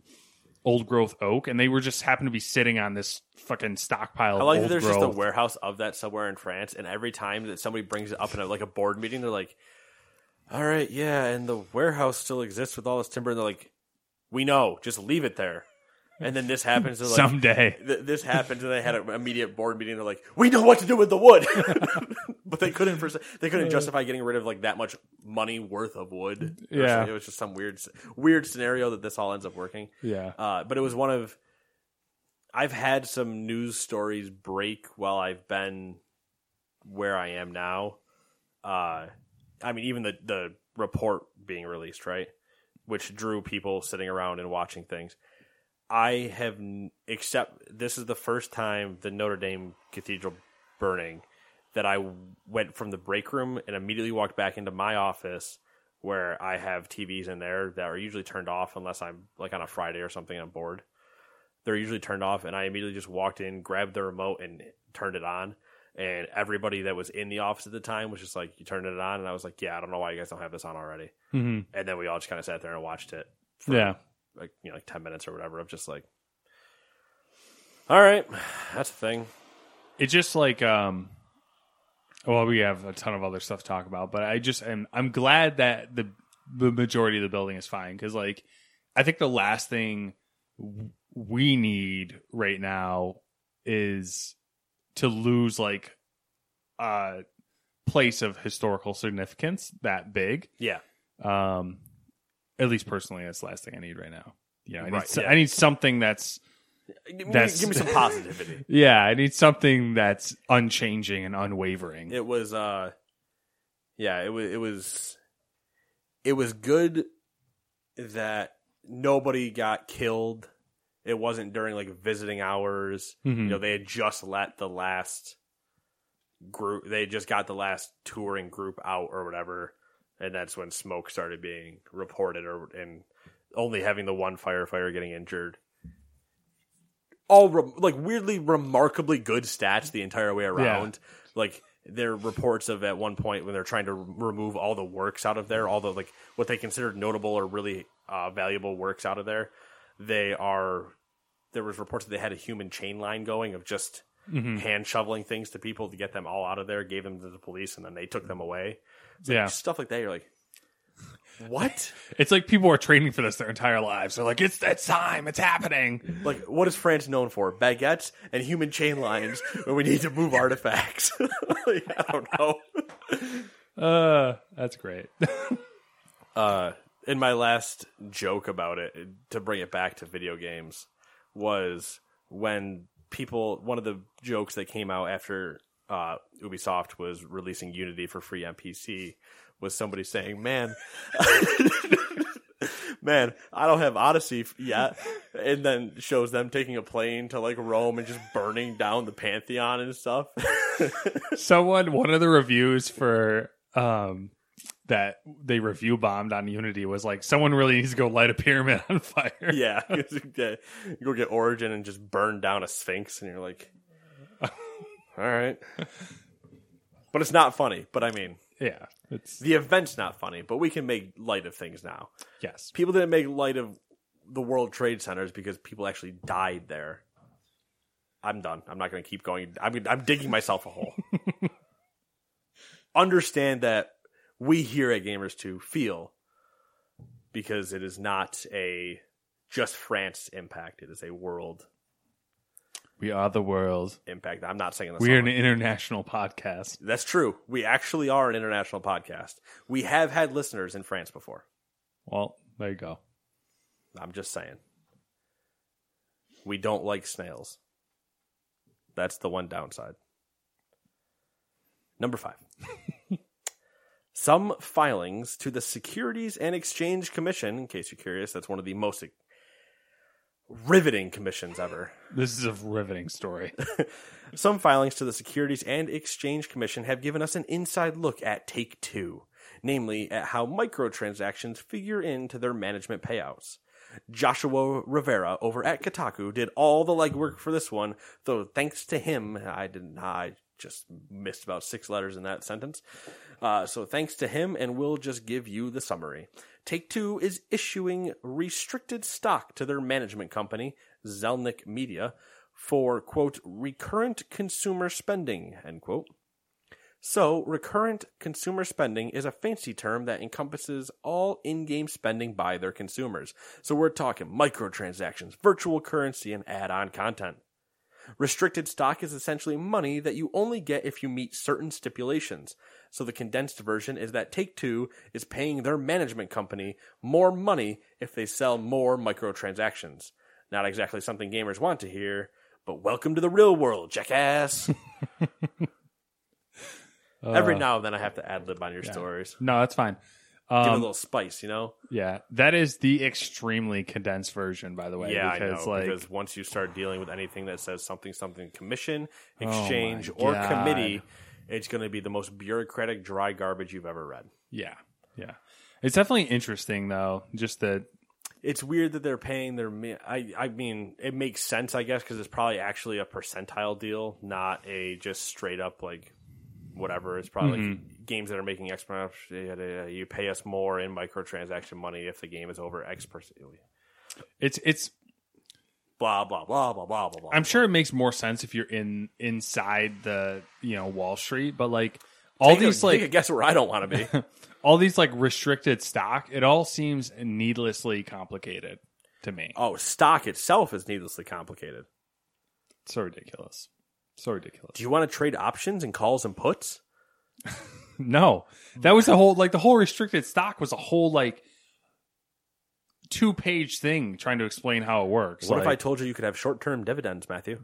Speaker 4: old growth oak and they were just happened to be sitting on this fucking stockpile
Speaker 3: I like
Speaker 4: of
Speaker 3: that there's
Speaker 4: old
Speaker 3: just a
Speaker 4: growth.
Speaker 3: warehouse of that somewhere in France, and every time that somebody brings it up in a, like a board meeting, they're like, "All right, yeah," and the warehouse still exists with all this timber, and they're like, "We know, just leave it there." And then this happens. They're like,
Speaker 4: someday
Speaker 3: th- this happens, and they had an immediate board meeting. They're like, "We know what to do with the wood," but they couldn't. For, they
Speaker 4: Uh.
Speaker 3: couldn't justify getting rid of like that much money worth of wood. It was-
Speaker 4: Yeah.
Speaker 3: it was just some weird, s- weird scenario that this all ends up working.
Speaker 4: yeah
Speaker 3: Uh, but it was one of. I've had some news stories break while I've been where I am now. Uh, I mean, even the the report being released, right, which drew people sitting around and watching things. I have, n- except this is the first time the Notre Dame Cathedral burning that I went from the break room and immediately walked back into my office where I have TVs in there that are usually turned off unless I'm like on a Friday or something and I'm bored. They're usually turned off, and I immediately just walked in, grabbed the remote, and turned it on. And everybody that was in the office at the time was just like, "You turned it on," and I was like, "Yeah, I don't know why you guys don't have this on already."
Speaker 4: hmm
Speaker 3: And then we all just kind of sat there and watched it. For,
Speaker 4: Yeah.
Speaker 3: like you know, like ten minutes or whatever. Of just like, all right, that's a thing.
Speaker 4: It's just like um well, we have a ton of other stuff to talk about, but I just am I'm glad that the the majority of the building is fine cuz like I think the last thing w- we need right now is to lose like a place of historical significance that big.
Speaker 3: Yeah,
Speaker 4: Um at least personally that's the last thing I need right now. You know, I need
Speaker 3: Right,
Speaker 4: so-
Speaker 3: yeah.
Speaker 4: I need something that's
Speaker 3: give, me-
Speaker 4: That's-
Speaker 3: give me some positivity.
Speaker 4: yeah, I need something that's unchanging and unwavering.
Speaker 3: It was uh yeah, it was it was it was good that nobody got killed. It wasn't during like visiting hours.
Speaker 4: Mhm.
Speaker 3: You know, they had just let the last group they just got the last touring group out or whatever and that's when smoke started being reported or and only having the one firefighter getting injured. All re- like weirdly remarkably good stats the entire way around. Like their reports of at one point when they're trying to re- remove all the works out of there, all the like what they considered notable or really uh, valuable works out of there, they are there was reports that they had a human chain line going of just hand shoveling things to people to get them all out of there, gave them to the police, and then they took them away. It's like,
Speaker 4: Yeah.
Speaker 3: stuff like that. You're like, what?
Speaker 4: It's like people are training for this their entire lives. They're like, it's that time, it's happening.
Speaker 3: Like, what is France known for? Baguettes and human chain lines where we need to move artifacts. Like, I don't know.
Speaker 4: Uh, that's great.
Speaker 3: Uh, and my last joke about it, to bring it back to video games, was when people, one of the jokes that came out after uh, Ubisoft was releasing Unity for free on PC was somebody saying, man, man, I don't have Odyssey f- yet. And then shows them taking a plane to like Rome and just burning down the Pantheon and stuff.
Speaker 4: Someone, one of the reviews for um that they review bombed on Unity was like, someone really needs to go light a pyramid on fire.
Speaker 3: yeah. yeah. You go get Origin and just burn down a Sphinx, and you're like, all right. But it's not funny. But I mean,
Speaker 4: yeah. It's
Speaker 3: the event's not funny, but we can make light of things now.
Speaker 4: yes,
Speaker 3: People didn't make light of the World Trade Centers because people actually died there. I'm done. I'm not going to keep going. I'm, I'm digging myself a hole. Understand that we here at Gamers 2 feel because it is not a just France impact, it is a world
Speaker 4: we are the world.
Speaker 3: impact. I'm not singing the
Speaker 4: We are
Speaker 3: song.
Speaker 4: an international podcast.
Speaker 3: That's true. We actually are an international podcast. We have had listeners in France before.
Speaker 4: Well, there you go.
Speaker 3: I'm just saying. We don't like snails. That's the one downside. Number five. Some filings to the Securities and Exchange Commission, in case you're curious, that's one of the most riveting commissions ever.
Speaker 4: This is a riveting story.
Speaker 3: Some filings to the Securities and Exchange Commission have given us an inside look at Take Two, namely at how microtransactions figure into their management payouts. Joshua Rivera over at Kotaku did all the legwork for this one, though thanks to him, I didn't, I just missed about six letters in that sentence. Uh, so thanks to him, and we'll just give you the summary. Take Two is issuing restricted stock to their management company, Zelnick Media, for quote recurrent consumer spending end quote so recurrent consumer spending is a fancy term that encompasses all in-game spending by their consumers so we're talking microtransactions virtual currency and add-on content restricted stock is essentially money that you only get if you meet certain stipulations so the condensed version is that take two is paying their management company more money if they sell more microtransactions not exactly something gamers want to hear, but welcome to the real world, jackass. Every now and then I have to ad lib on your stories.
Speaker 4: No, that's fine.
Speaker 3: Give it a
Speaker 4: Um,
Speaker 3: little spice, you know?
Speaker 4: yeah, that is the extremely condensed version, by the way.
Speaker 3: yeah, I
Speaker 4: because
Speaker 3: know.
Speaker 4: like
Speaker 3: because once you start dealing with anything that says something, something, commission,
Speaker 4: Oh my
Speaker 3: exchange, or
Speaker 4: God.
Speaker 3: committee, it's going to be the most bureaucratic, dry garbage you've ever read.
Speaker 4: Yeah, yeah. It's definitely interesting though, just that
Speaker 3: It's weird that they're paying their. mi- I I mean, it makes sense, I guess, because it's probably actually a percentile deal, not a just straight up like whatever. It's probably
Speaker 4: Mm-hmm.
Speaker 3: like games that are making X. amount of- yeah, yeah, yeah, You pay us more in microtransaction money if the game is over X percent.
Speaker 4: it's it's
Speaker 3: Blah blah blah blah blah blah. blah.
Speaker 4: I'm sure it makes more sense if you're in inside the, you know, Wall Street, but like all
Speaker 3: Take a-
Speaker 4: these
Speaker 3: take a
Speaker 4: like
Speaker 3: guess where I don't want to be.
Speaker 4: all these like restricted stock, it all seems needlessly complicated to me.
Speaker 3: oh, stock itself is needlessly complicated.
Speaker 4: So ridiculous. So ridiculous.
Speaker 3: Do you want to trade options and calls and puts?
Speaker 4: No, that was the whole like the whole restricted stock was a whole like two page thing trying to explain how it works.
Speaker 3: What if I
Speaker 4: Like,
Speaker 3: told you you could have short term dividends, Matthew?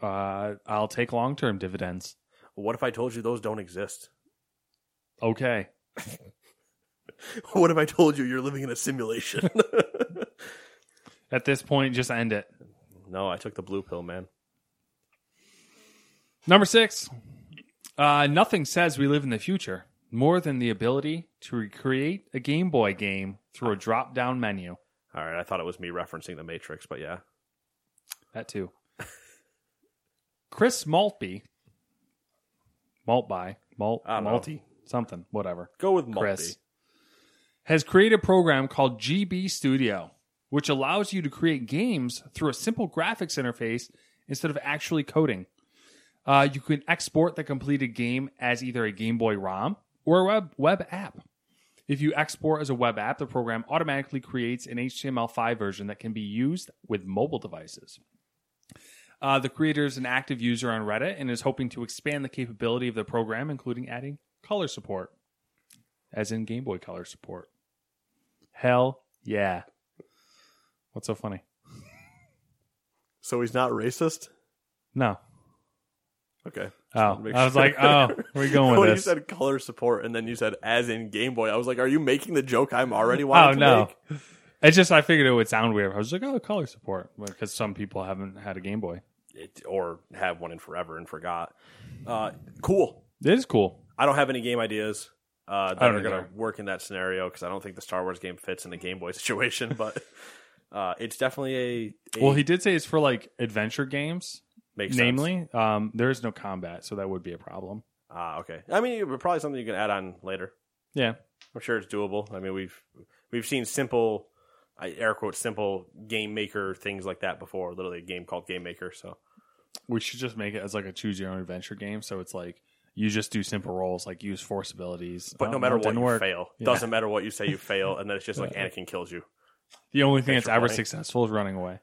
Speaker 4: uh, I'll take long term dividends.
Speaker 3: What if I told you those don't exist?
Speaker 4: Okay,
Speaker 3: What if I told you you're living in a simulation?
Speaker 4: at this point, just end it.
Speaker 3: no, I took the blue pill, man.
Speaker 4: Number six, uh, nothing says we live in the future more than the ability to recreate a Game Boy game through a drop down menu.
Speaker 3: All right, I thought it was me referencing the Matrix, but yeah.
Speaker 4: That too. Chris Maltby, Maltby, Malt,
Speaker 3: I don't know.
Speaker 4: Malty, something, whatever.
Speaker 3: Go with Maltby.
Speaker 4: Chris has created a program called GB Studio, which allows you to create games through a simple graphics interface instead of actually coding. Uh, you can export the completed game as either a Game Boy ROM or a web, web app. If you export as a web app, the program automatically creates an HTML5 version that can be used with mobile devices. Uh, the creator is an active user on Reddit and is hoping to expand the capability of the program, including adding color support as in Game Boy Color support. Hell yeah. What's so funny?
Speaker 3: So he's not racist?
Speaker 4: No.
Speaker 3: Okay.
Speaker 4: Oh,
Speaker 3: Make
Speaker 4: I was
Speaker 3: sure.
Speaker 4: like, oh, we're going
Speaker 3: when
Speaker 4: with
Speaker 3: you
Speaker 4: this.
Speaker 3: said color support and then you said as in Game Boy, I was like, are you making the joke I'm already
Speaker 4: Oh
Speaker 3: wanting to
Speaker 4: no,
Speaker 3: make?
Speaker 4: it's just I figured it would sound weird. I was like, oh, color support because some people haven't had a Game Boy.
Speaker 3: It, or have one in forever and forgot. Uh, cool.
Speaker 4: It is cool.
Speaker 3: I don't have any game ideas uh, that
Speaker 4: I don't
Speaker 3: are going
Speaker 4: either.
Speaker 3: to work in that scenario because I don't think the Star Wars game fits in the Game Boy situation. But uh, it's definitely a, a-
Speaker 4: Well, he did say it's for like adventure games,
Speaker 3: makes sense.
Speaker 4: namely. Um, there is no combat, so that would be a problem.
Speaker 3: Ah, okay. I mean, it- probably something you can add on later.
Speaker 4: Yeah,
Speaker 3: I'm sure it's doable. I mean, we've we've seen simple, I air quote simple game maker things like that before. Literally a game called Game Maker. So
Speaker 4: we should just make it as like a choose your own adventure game. So it's like you just do simple roles, like use force abilities.
Speaker 3: But
Speaker 4: Oh,
Speaker 3: no matter
Speaker 4: it
Speaker 3: what,
Speaker 4: didn't
Speaker 3: you
Speaker 4: work.
Speaker 3: fail.
Speaker 4: Yeah.
Speaker 3: Doesn't matter what you say, you fail, and then it's just like Anakin kills you,
Speaker 4: The only thing that's
Speaker 3: Extra
Speaker 4: ever
Speaker 3: point.
Speaker 4: successful is running away.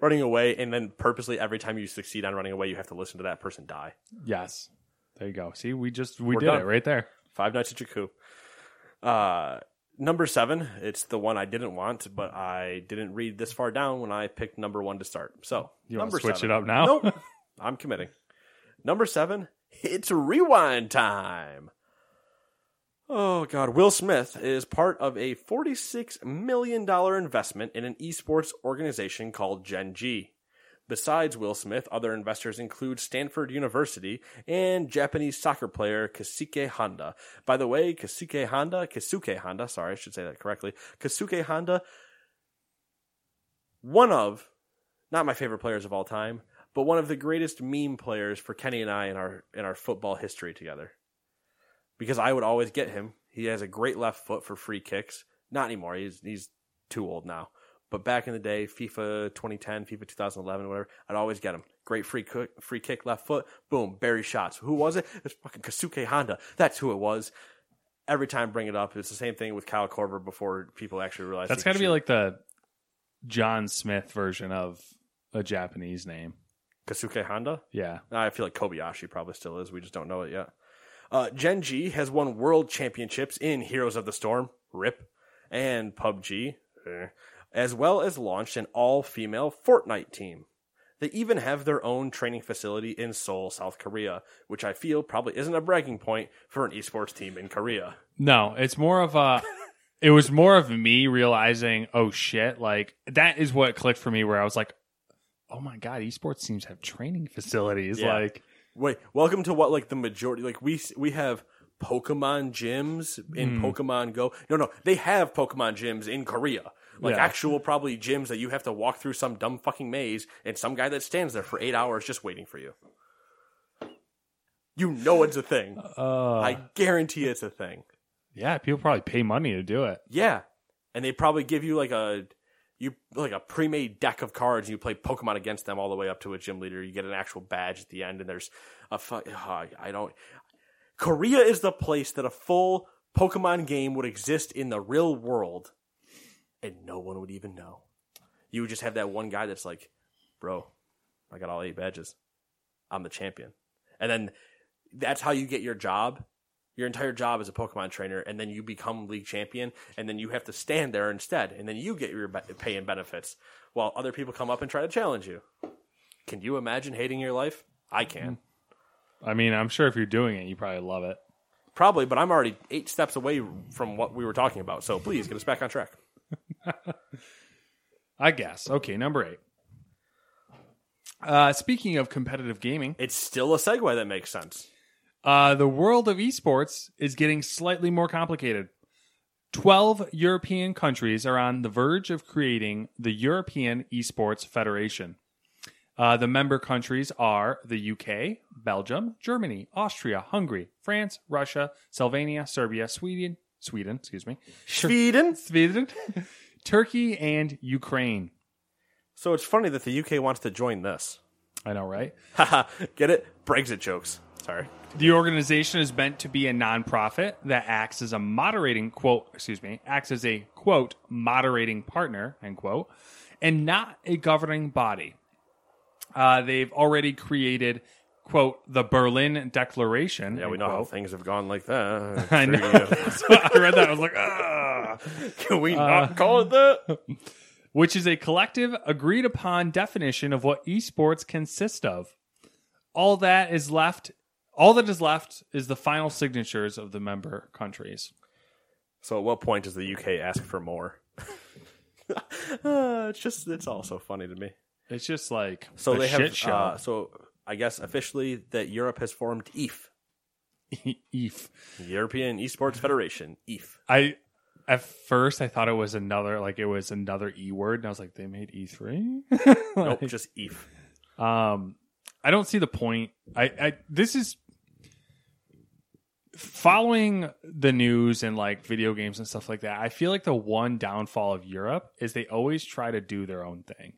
Speaker 3: running away, and then purposely every time you succeed on running away, you have to listen to that person die.
Speaker 4: Yes. There you go. See, we just we
Speaker 3: We're
Speaker 4: did
Speaker 3: done.
Speaker 4: it right there.
Speaker 3: Five Nights at Jakku. Uh, number seven. It's the one I didn't want, but I didn't read this far down when I picked number one to start. So
Speaker 4: You want
Speaker 3: number
Speaker 4: to switch
Speaker 3: seven.
Speaker 4: it up now?
Speaker 3: Nope. I'm committing. Number seven, it's rewind time. Oh, God. Will Smith is part of a $46 million investment in an esports organization called Gen G. Besides Will Smith, other investors include Stanford University and Japanese soccer player Kasuke Honda. By the way, Kasuke Honda, Kasuke Honda, sorry, I should say that correctly. Kasuke Honda, one of not my favorite players of all time, but one of the greatest meme players for Kenny and I in our in our football history together. Because I would always get him. He has a great left foot for free kicks. Not anymore. He's he's too old now. But back in the day, FIFA 2010, FIFA 2011, whatever, I'd always get him. Great free kick, free kick, left foot, boom, bury shots. Who was it? It was fucking Kasuke Honda. That's who it was. Every time bring it up. It's the same thing with Kyle Corver before people actually realized.
Speaker 4: That's
Speaker 3: he could
Speaker 4: got to be
Speaker 3: shoot.
Speaker 4: like the John Smith version of a Japanese name.
Speaker 3: Kasuke Honda.
Speaker 4: Yeah.
Speaker 3: I feel like Kobayashi probably still is. We just don't know it yet. Uh, Gen G has won world championships in Heroes of the Storm, RIP, and PUBG, eh, as well as launched an all female Fortnite team. They even have their own training facility in Seoul, South Korea, which I feel probably isn't a bragging point for an esports team in Korea.
Speaker 4: No, it's more of a. it was more of me realizing, oh shit, like that is what clicked for me, where I was like, oh my god, esports teams have training facilities.
Speaker 3: Yeah.
Speaker 4: Like,
Speaker 3: Wait, welcome to what like the majority like we we have Pokemon gyms in Pokemon Go. No, no, they have Pokemon gyms in Korea. Like
Speaker 4: Yeah.
Speaker 3: actual probably gyms that you have to walk through some dumb fucking maze and some guy that stands there for eight hours just waiting for you. You know it's a thing.
Speaker 4: Uh,
Speaker 3: I guarantee it's a thing.
Speaker 4: Yeah, people probably pay money to do it.
Speaker 3: Yeah, and they probably give you like a you like a pre-made deck of cards. and You play Pokemon against them all the way up to a gym leader. You get an actual badge at the end, and there's a fu- oh, I don't. Korea is the place that a full Pokemon game would exist in the real world, and no one would even know. You would just have that one guy that's like, "Bro, I got all eight badges. I'm the champion," and then that's how you get your job your entire job is a Pokemon trainer, and then you become league champion, and then you have to stand there instead, and then you get your be- pay and benefits, while other people come up and try to challenge you. Can you imagine hating your life? I can.
Speaker 4: I mean, I'm sure if you're doing it, you probably love it.
Speaker 3: Probably, but I'm already eight steps away from what we were talking about, so please get us back on track.
Speaker 4: I guess. Okay, number eight. Uh, speaking of competitive gaming,
Speaker 3: It's still a segue that makes sense.
Speaker 4: Uh, the world of esports is getting slightly more complicated. 12 European countries are on the verge of creating the European Esports Federation. Uh, the member countries are the UK, Belgium, Germany, Austria, Hungary, France, Russia, Slovenia, Serbia, Sweden, Sweden, excuse me,
Speaker 3: Sweden.
Speaker 4: Sweden, Turkey, and Ukraine.
Speaker 3: So it's funny that the UK wants to join this.
Speaker 4: I know, right?
Speaker 3: Haha, get it? Brexit jokes. Sorry.
Speaker 4: The organization is meant to be a nonprofit that acts as a moderating quote, excuse me, acts as a quote moderating partner end quote, and not a governing body. Uh, they've already created quote the Berlin Declaration.
Speaker 3: Yeah, we
Speaker 4: end
Speaker 3: know how
Speaker 4: quote.
Speaker 3: things have gone like that.
Speaker 4: I know. That's why I read that. I was like, ah.
Speaker 3: Can we not call it that?
Speaker 4: which is a collective agreed upon definition of what esports consists of. All that is left, all that is left is the final signatures of the member countries.
Speaker 3: So, at what point does the UK ask for more? uh, it's just it's also funny to me.
Speaker 4: It's just like
Speaker 3: So
Speaker 4: a
Speaker 3: they
Speaker 4: shit
Speaker 3: have
Speaker 4: show.
Speaker 3: uh, so I guess officially that Europe has formed EF,
Speaker 4: Eef.
Speaker 3: European Esports Federation, E EF.
Speaker 4: E I at first I thought it was another like it was another e word, and I was like, they made e three.
Speaker 3: Nope, just E EF.
Speaker 4: um, I don't see the point. I, I this is following the news and like video games and stuff like that. I feel like the one downfall of Europe is they always try to do their own thing,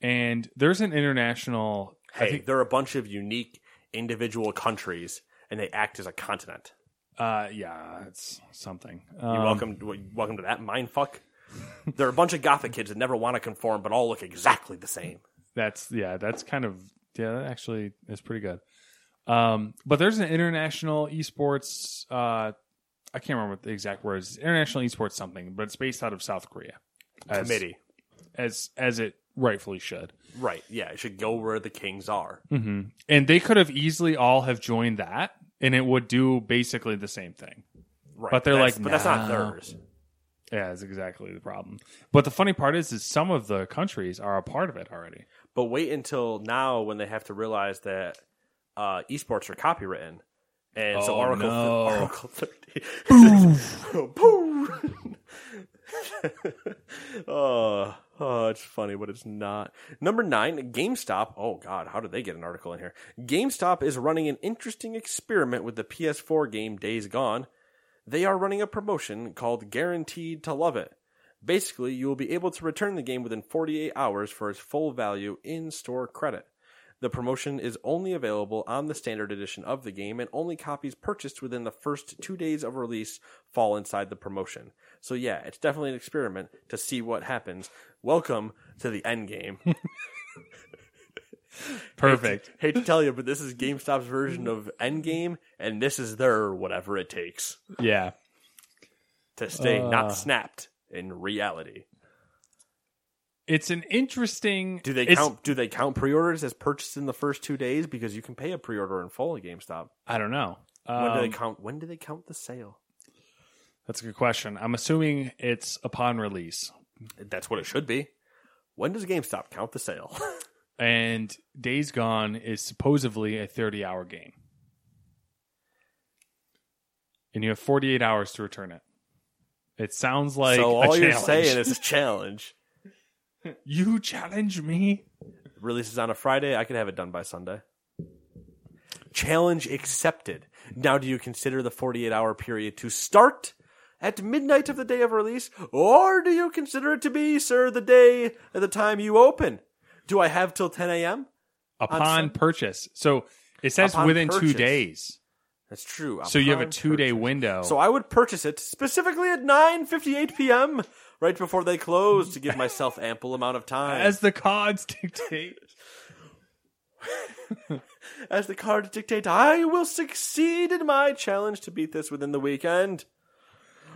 Speaker 4: and there's an international. I
Speaker 3: Hey,
Speaker 4: think-
Speaker 3: they're a bunch of unique individual countries, and they act as a continent.
Speaker 4: uh, yeah, it's something.
Speaker 3: You
Speaker 4: Um,
Speaker 3: welcome, w- welcome to that mindfuck. They're a bunch of gothic kids that never want to conform, but all look exactly the same.
Speaker 4: That's yeah, that's kind of yeah, that actually is pretty good. Um, but there's an international esports uh I can't remember what the exact words. International esports something, but it's based out of South Korea. As,
Speaker 3: Committee,
Speaker 4: as as it rightfully should.
Speaker 3: right? Yeah, it should go where the kings are.
Speaker 4: hmm And they could have easily all have joined that, and it would do basically the same thing.
Speaker 3: Right,
Speaker 4: But they're
Speaker 3: that's-
Speaker 4: like,
Speaker 3: but that's not
Speaker 6: "Nah."
Speaker 3: theirs.
Speaker 4: Yeah, that's exactly the problem. But the funny part is, is some of the countries are a part of it already.
Speaker 3: But wait until now when they have to realize that uh, esports are copywritten, and so
Speaker 4: Oh,
Speaker 3: Oracle
Speaker 4: no.
Speaker 3: Oracle thirty. Boom! oh, oh, it's funny, but it's not. Number nine, GameStop. Oh God, how did they get an article in here? GameStop is running an interesting experiment with the PS4 game Days Gone. They are running a promotion called Guaranteed to Love It. Basically, you will be able to return the game within 48 hours for its full value in store credit. The promotion is only available on the standard edition of the game, and only copies purchased within the first two days of release fall inside the promotion. So, yeah, it's definitely an experiment to see what happens. Welcome to the end game.
Speaker 4: Perfect.
Speaker 3: Hate to tell you, but this is GameStop's version of Endgame, and this is their whatever it takes
Speaker 4: yeah.
Speaker 3: to stay
Speaker 4: Uh.
Speaker 3: not snapped in reality.
Speaker 4: It's an interesting.
Speaker 3: Do they
Speaker 4: it's-
Speaker 3: count? Do they count pre-orders as purchased in the first two days? Because you can pay a pre-order in full at GameStop.
Speaker 4: I don't know.
Speaker 3: When do
Speaker 4: Um,
Speaker 3: they count? When do they count the sale?
Speaker 4: That's a good question. I'm assuming it's upon release.
Speaker 3: That's what it should be. When does GameStop count the sale?
Speaker 4: And Days Gone is supposedly a 30 hour game. and you have 48 hours to return it. It sounds like
Speaker 3: so
Speaker 4: a
Speaker 3: all you're
Speaker 4: challenge.
Speaker 3: saying is a challenge.
Speaker 4: you challenge me.
Speaker 3: Releases on a Friday. I could have it done by Sunday. Challenge accepted. Now, do you consider the 48 hour period to start at midnight of the day of release, or do you consider it to be, sir, the day at the time you open? Do I have till 10 a.m.?
Speaker 4: upon
Speaker 3: Sun-
Speaker 4: purchase. So it says
Speaker 3: Upon
Speaker 4: within two
Speaker 3: purchase.
Speaker 4: days.
Speaker 3: That's true.
Speaker 4: So you have a
Speaker 3: Upon
Speaker 4: two day
Speaker 3: purchase.
Speaker 4: window.
Speaker 3: So I would purchase it specifically at 9:58 p.m. right before they close to give myself ample amount of time.
Speaker 4: as the cards dictate.
Speaker 3: As the cards dictate, I will succeed in my challenge to beat this within the weekend.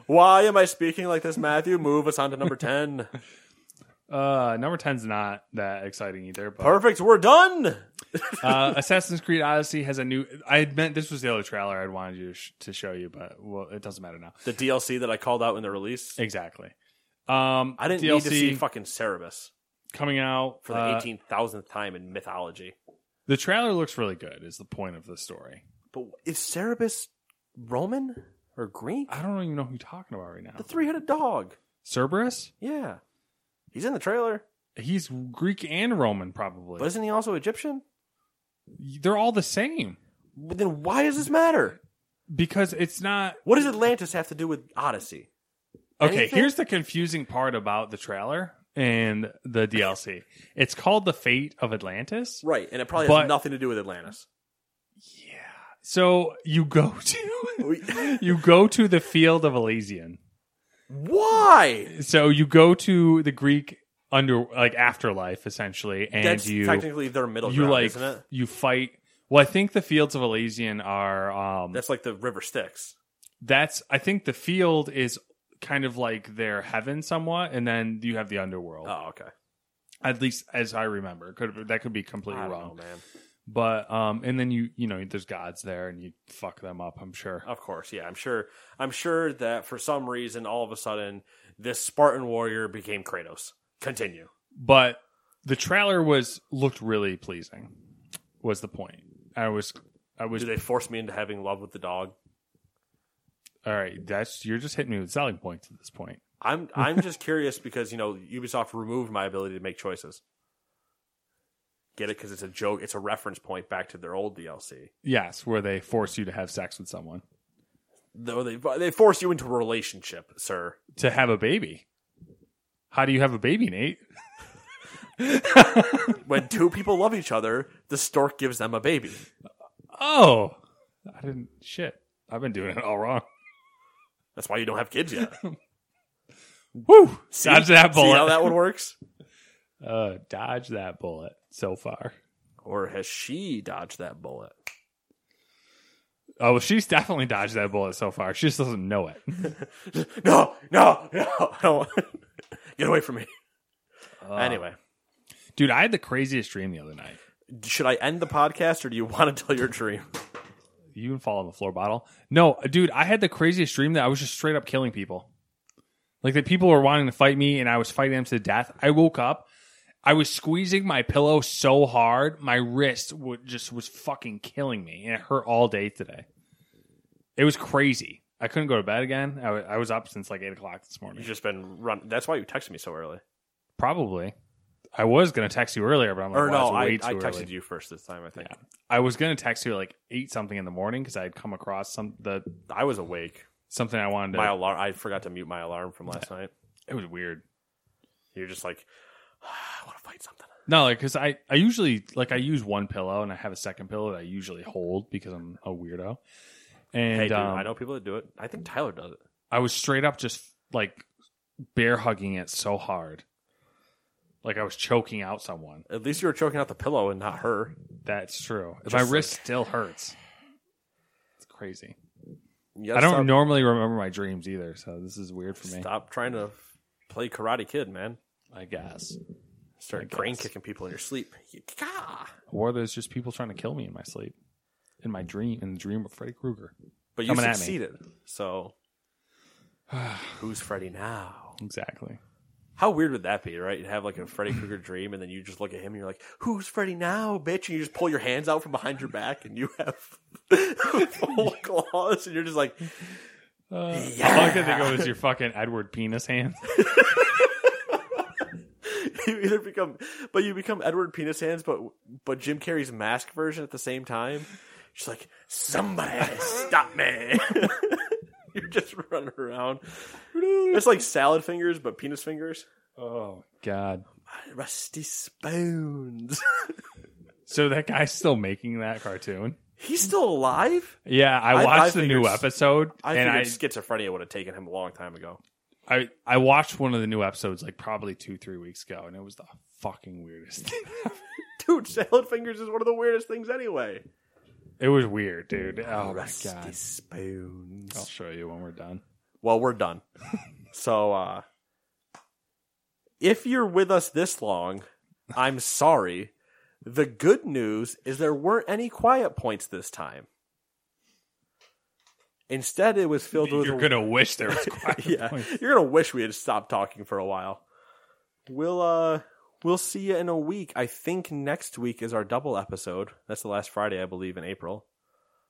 Speaker 3: Why am I speaking like this, Matthew? Move us on to number 10.
Speaker 4: Uh, number 10's not that exciting either. But,
Speaker 3: Perfect, we're done.
Speaker 4: uh, Assassin's Creed Odyssey has a new. I meant this was the other trailer I'd wanted you to, sh- to show you, but well, it doesn't matter now.
Speaker 3: The DLC that I called out in the release.
Speaker 4: Exactly. Um,
Speaker 3: I didn't
Speaker 4: DLC
Speaker 3: need to see fucking Cerebus
Speaker 4: coming out
Speaker 3: for the
Speaker 4: uh,
Speaker 3: 18,000th time in mythology.
Speaker 4: The trailer looks really good. Is the point of the story?
Speaker 3: But is Cerebus Roman or Greek?
Speaker 4: I don't even know who you're talking about right now.
Speaker 3: The three-headed dog.
Speaker 4: Cerberus.
Speaker 3: Yeah. He's in the trailer.
Speaker 4: He's Greek and Roman, probably.
Speaker 3: But isn't he also Egyptian?
Speaker 4: They're all the same
Speaker 3: But then why does this matter?
Speaker 4: because it's not
Speaker 3: What does Atlantis have to do with Odyssey?
Speaker 4: Okay,
Speaker 3: Anything?
Speaker 4: here's the confusing part about the trailer and the DLC. it's called The Fate of Atlantis.
Speaker 3: Right, and it probably
Speaker 4: But-
Speaker 3: has nothing to do with Atlantis.
Speaker 4: So you go to
Speaker 3: We-
Speaker 4: you go to the field of Elysian.
Speaker 3: Why?
Speaker 4: So you go to the Greek under like afterlife essentially and
Speaker 3: That's
Speaker 4: you
Speaker 3: technically their middle
Speaker 4: you
Speaker 3: ground,
Speaker 4: like
Speaker 3: isn't it?
Speaker 4: you fight well, I think the fields of Elysian are um
Speaker 3: That's like the River Styx.
Speaker 4: that's I think the field is kind of like their heaven somewhat and then you have the underworld.
Speaker 3: Oh, okay.
Speaker 4: At least as I remember. Could that could be completely
Speaker 3: I don't
Speaker 4: wrong.
Speaker 3: know, man.
Speaker 4: But um, and then you you know there's gods there and you fuck them up. I'm sure.
Speaker 3: Of course, yeah. I'm sure. I'm sure that for some reason, all of a sudden, this Spartan warrior became Kratos. Continue.
Speaker 4: But the trailer was looked really pleasing. Was the point? I was I was
Speaker 3: Do they force me into having love with the dog?
Speaker 4: all right. That's you're just hitting me with selling points at this point.
Speaker 3: I'm. I'm just curious because you know Ubisoft removed my ability to make choices. Get it? Because it's a joke. It's a reference point back to their old DLC.
Speaker 4: Yes, where they force you to have sex with someone
Speaker 3: Though they they force you into a relationship, sir.
Speaker 4: to have a baby. How do you have a baby, Nate?
Speaker 3: When two people love each other, the stork gives them a baby.
Speaker 4: Oh, I didn't. Shit, I've been doing it all wrong.
Speaker 3: That's why you don't have kids yet.
Speaker 4: Woo!
Speaker 3: See,
Speaker 4: dodge that
Speaker 3: See how
Speaker 4: bullet.
Speaker 3: that one works?
Speaker 4: uh, dodge that bullet. So far.
Speaker 3: Or has she dodged that bullet?
Speaker 4: Oh, well, she's definitely dodged that bullet so far. She just doesn't know it.
Speaker 3: No, no, no. I don't. Get away from me. anyway,
Speaker 4: Dude, I had the craziest dream the other night.
Speaker 3: should I end the podcast or do you want to tell your dream?
Speaker 4: You can fall on the floor bottle. No, dude, I had the craziest dream that I was just straight up killing people. Like the people were wanting to fight me and I was fighting them to the death. I woke up. I was squeezing my pillow so hard, my wrist would just was fucking killing me and it hurt all day today. It was crazy. I couldn't go to bed again. I wa- I was up since like eight o'clock this morning.
Speaker 3: You've just been run. That's why you texted me so early.
Speaker 4: Probably. I was gonna text you earlier, but I'm like,
Speaker 3: Or
Speaker 4: wow,
Speaker 3: no,
Speaker 4: it's
Speaker 3: I,
Speaker 4: way
Speaker 3: I
Speaker 4: too
Speaker 3: texted
Speaker 4: early.
Speaker 3: you first this time. I think
Speaker 4: I was gonna text you at like eight something in the morning because I had come across some the
Speaker 3: I was awake.
Speaker 4: something I wanted. To,
Speaker 3: My alarm. I forgot to mute my alarm from last night.
Speaker 4: it was weird.
Speaker 3: You're just like, "Ah, I want to fight something.
Speaker 4: No, like because I I usually like I use one pillow and I have a second pillow that I usually hold because I'm a weirdo. And
Speaker 3: hey, dude,
Speaker 4: um,
Speaker 3: I know people that do it. I think Tyler does it.
Speaker 4: I was straight up just like bear hugging it so hard, like I was choking out someone.
Speaker 3: At least you were choking out the pillow and not her.
Speaker 4: That's true. If
Speaker 3: Just
Speaker 4: my
Speaker 3: like-
Speaker 4: wrist still hurts. It's crazy.
Speaker 3: You
Speaker 4: I
Speaker 3: gotta
Speaker 4: don't
Speaker 3: stop,
Speaker 4: normally remember my dreams either, so this is weird for me.
Speaker 3: Stop trying to play Karate Kid, man.
Speaker 4: I guess.
Speaker 3: Start
Speaker 4: guess.
Speaker 3: brain kicking people in your sleep. Yikah!
Speaker 4: Or there's just people trying to kill me in my sleep, in my dream, in the dream of Freddy Krueger.
Speaker 3: But you
Speaker 4: Coming at me.
Speaker 3: succeeded. So who's Freddy now?
Speaker 4: Exactly.
Speaker 3: How weird would that be, right? You have like a Freddy Krueger dream, and then you just look at him and you're like, "Who's Freddy now, bitch?" And you just pull your hands out from behind your back, and you have full claws, and you're just like,
Speaker 4: Uh, All I can think of is your fucking Edward penis hand.
Speaker 3: you either become, but you become Edward Penis Hands, but but Jim Carrey's mask version at the same time. She's like, somebody stop me! You're just running around. It's like salad fingers, but penis fingers.
Speaker 4: Oh God!
Speaker 3: Rusty spoons.
Speaker 4: So that guy's still making that cartoon.
Speaker 3: He's still alive.
Speaker 4: Yeah, I
Speaker 3: I-
Speaker 4: watched
Speaker 3: I
Speaker 4: the
Speaker 3: figured
Speaker 4: new
Speaker 3: s-
Speaker 4: episode,
Speaker 3: I
Speaker 4: and I,
Speaker 3: figured schizophrenia would have taken him a long time ago.
Speaker 4: I I watched one of the new episodes like probably two three weeks ago, and it was the fucking weirdest thing. ever.
Speaker 3: Dude, salad fingers is one of the weirdest things anyway.
Speaker 4: it was weird, dude. Oh
Speaker 3: Rusty
Speaker 4: my god!
Speaker 3: spoons.
Speaker 4: I'll show you when we're done.
Speaker 3: Oh. well we're done so uh if you're with us this long i'm sorry the good news is there weren't any quiet points this time instead it was filled with
Speaker 4: You're gonna wish there was quiet
Speaker 3: yeah
Speaker 4: points.
Speaker 3: you're gonna wish we had stopped talking for a while we'll uh we'll see you in a week i think next week is our double episode that's the last friday i believe in april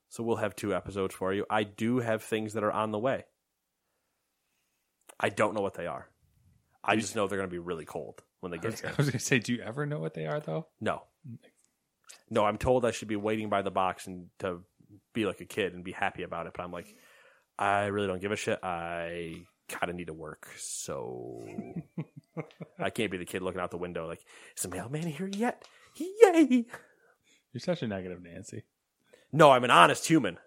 Speaker 3: so we'll have two episodes for you i do have things that are on the way i don't know what they are i just know they're gonna be really cold when they
Speaker 4: I
Speaker 3: get
Speaker 4: was, I
Speaker 3: here
Speaker 4: was gonna say, do you ever know what they are though?
Speaker 3: no no i'm told i should be waiting by the box and to be like a kid and be happy about it but i'm like i really don't give a shit i kind of need to work so i can't be the kid looking out the window like is the mailman here yet yay
Speaker 4: You're such a negative Nancy.
Speaker 3: no i'm an honest human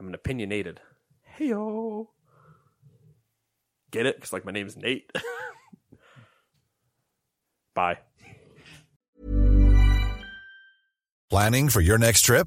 Speaker 3: i'm an opinionated heyo get it because like my name's nate bye
Speaker 7: Planning for your next trip?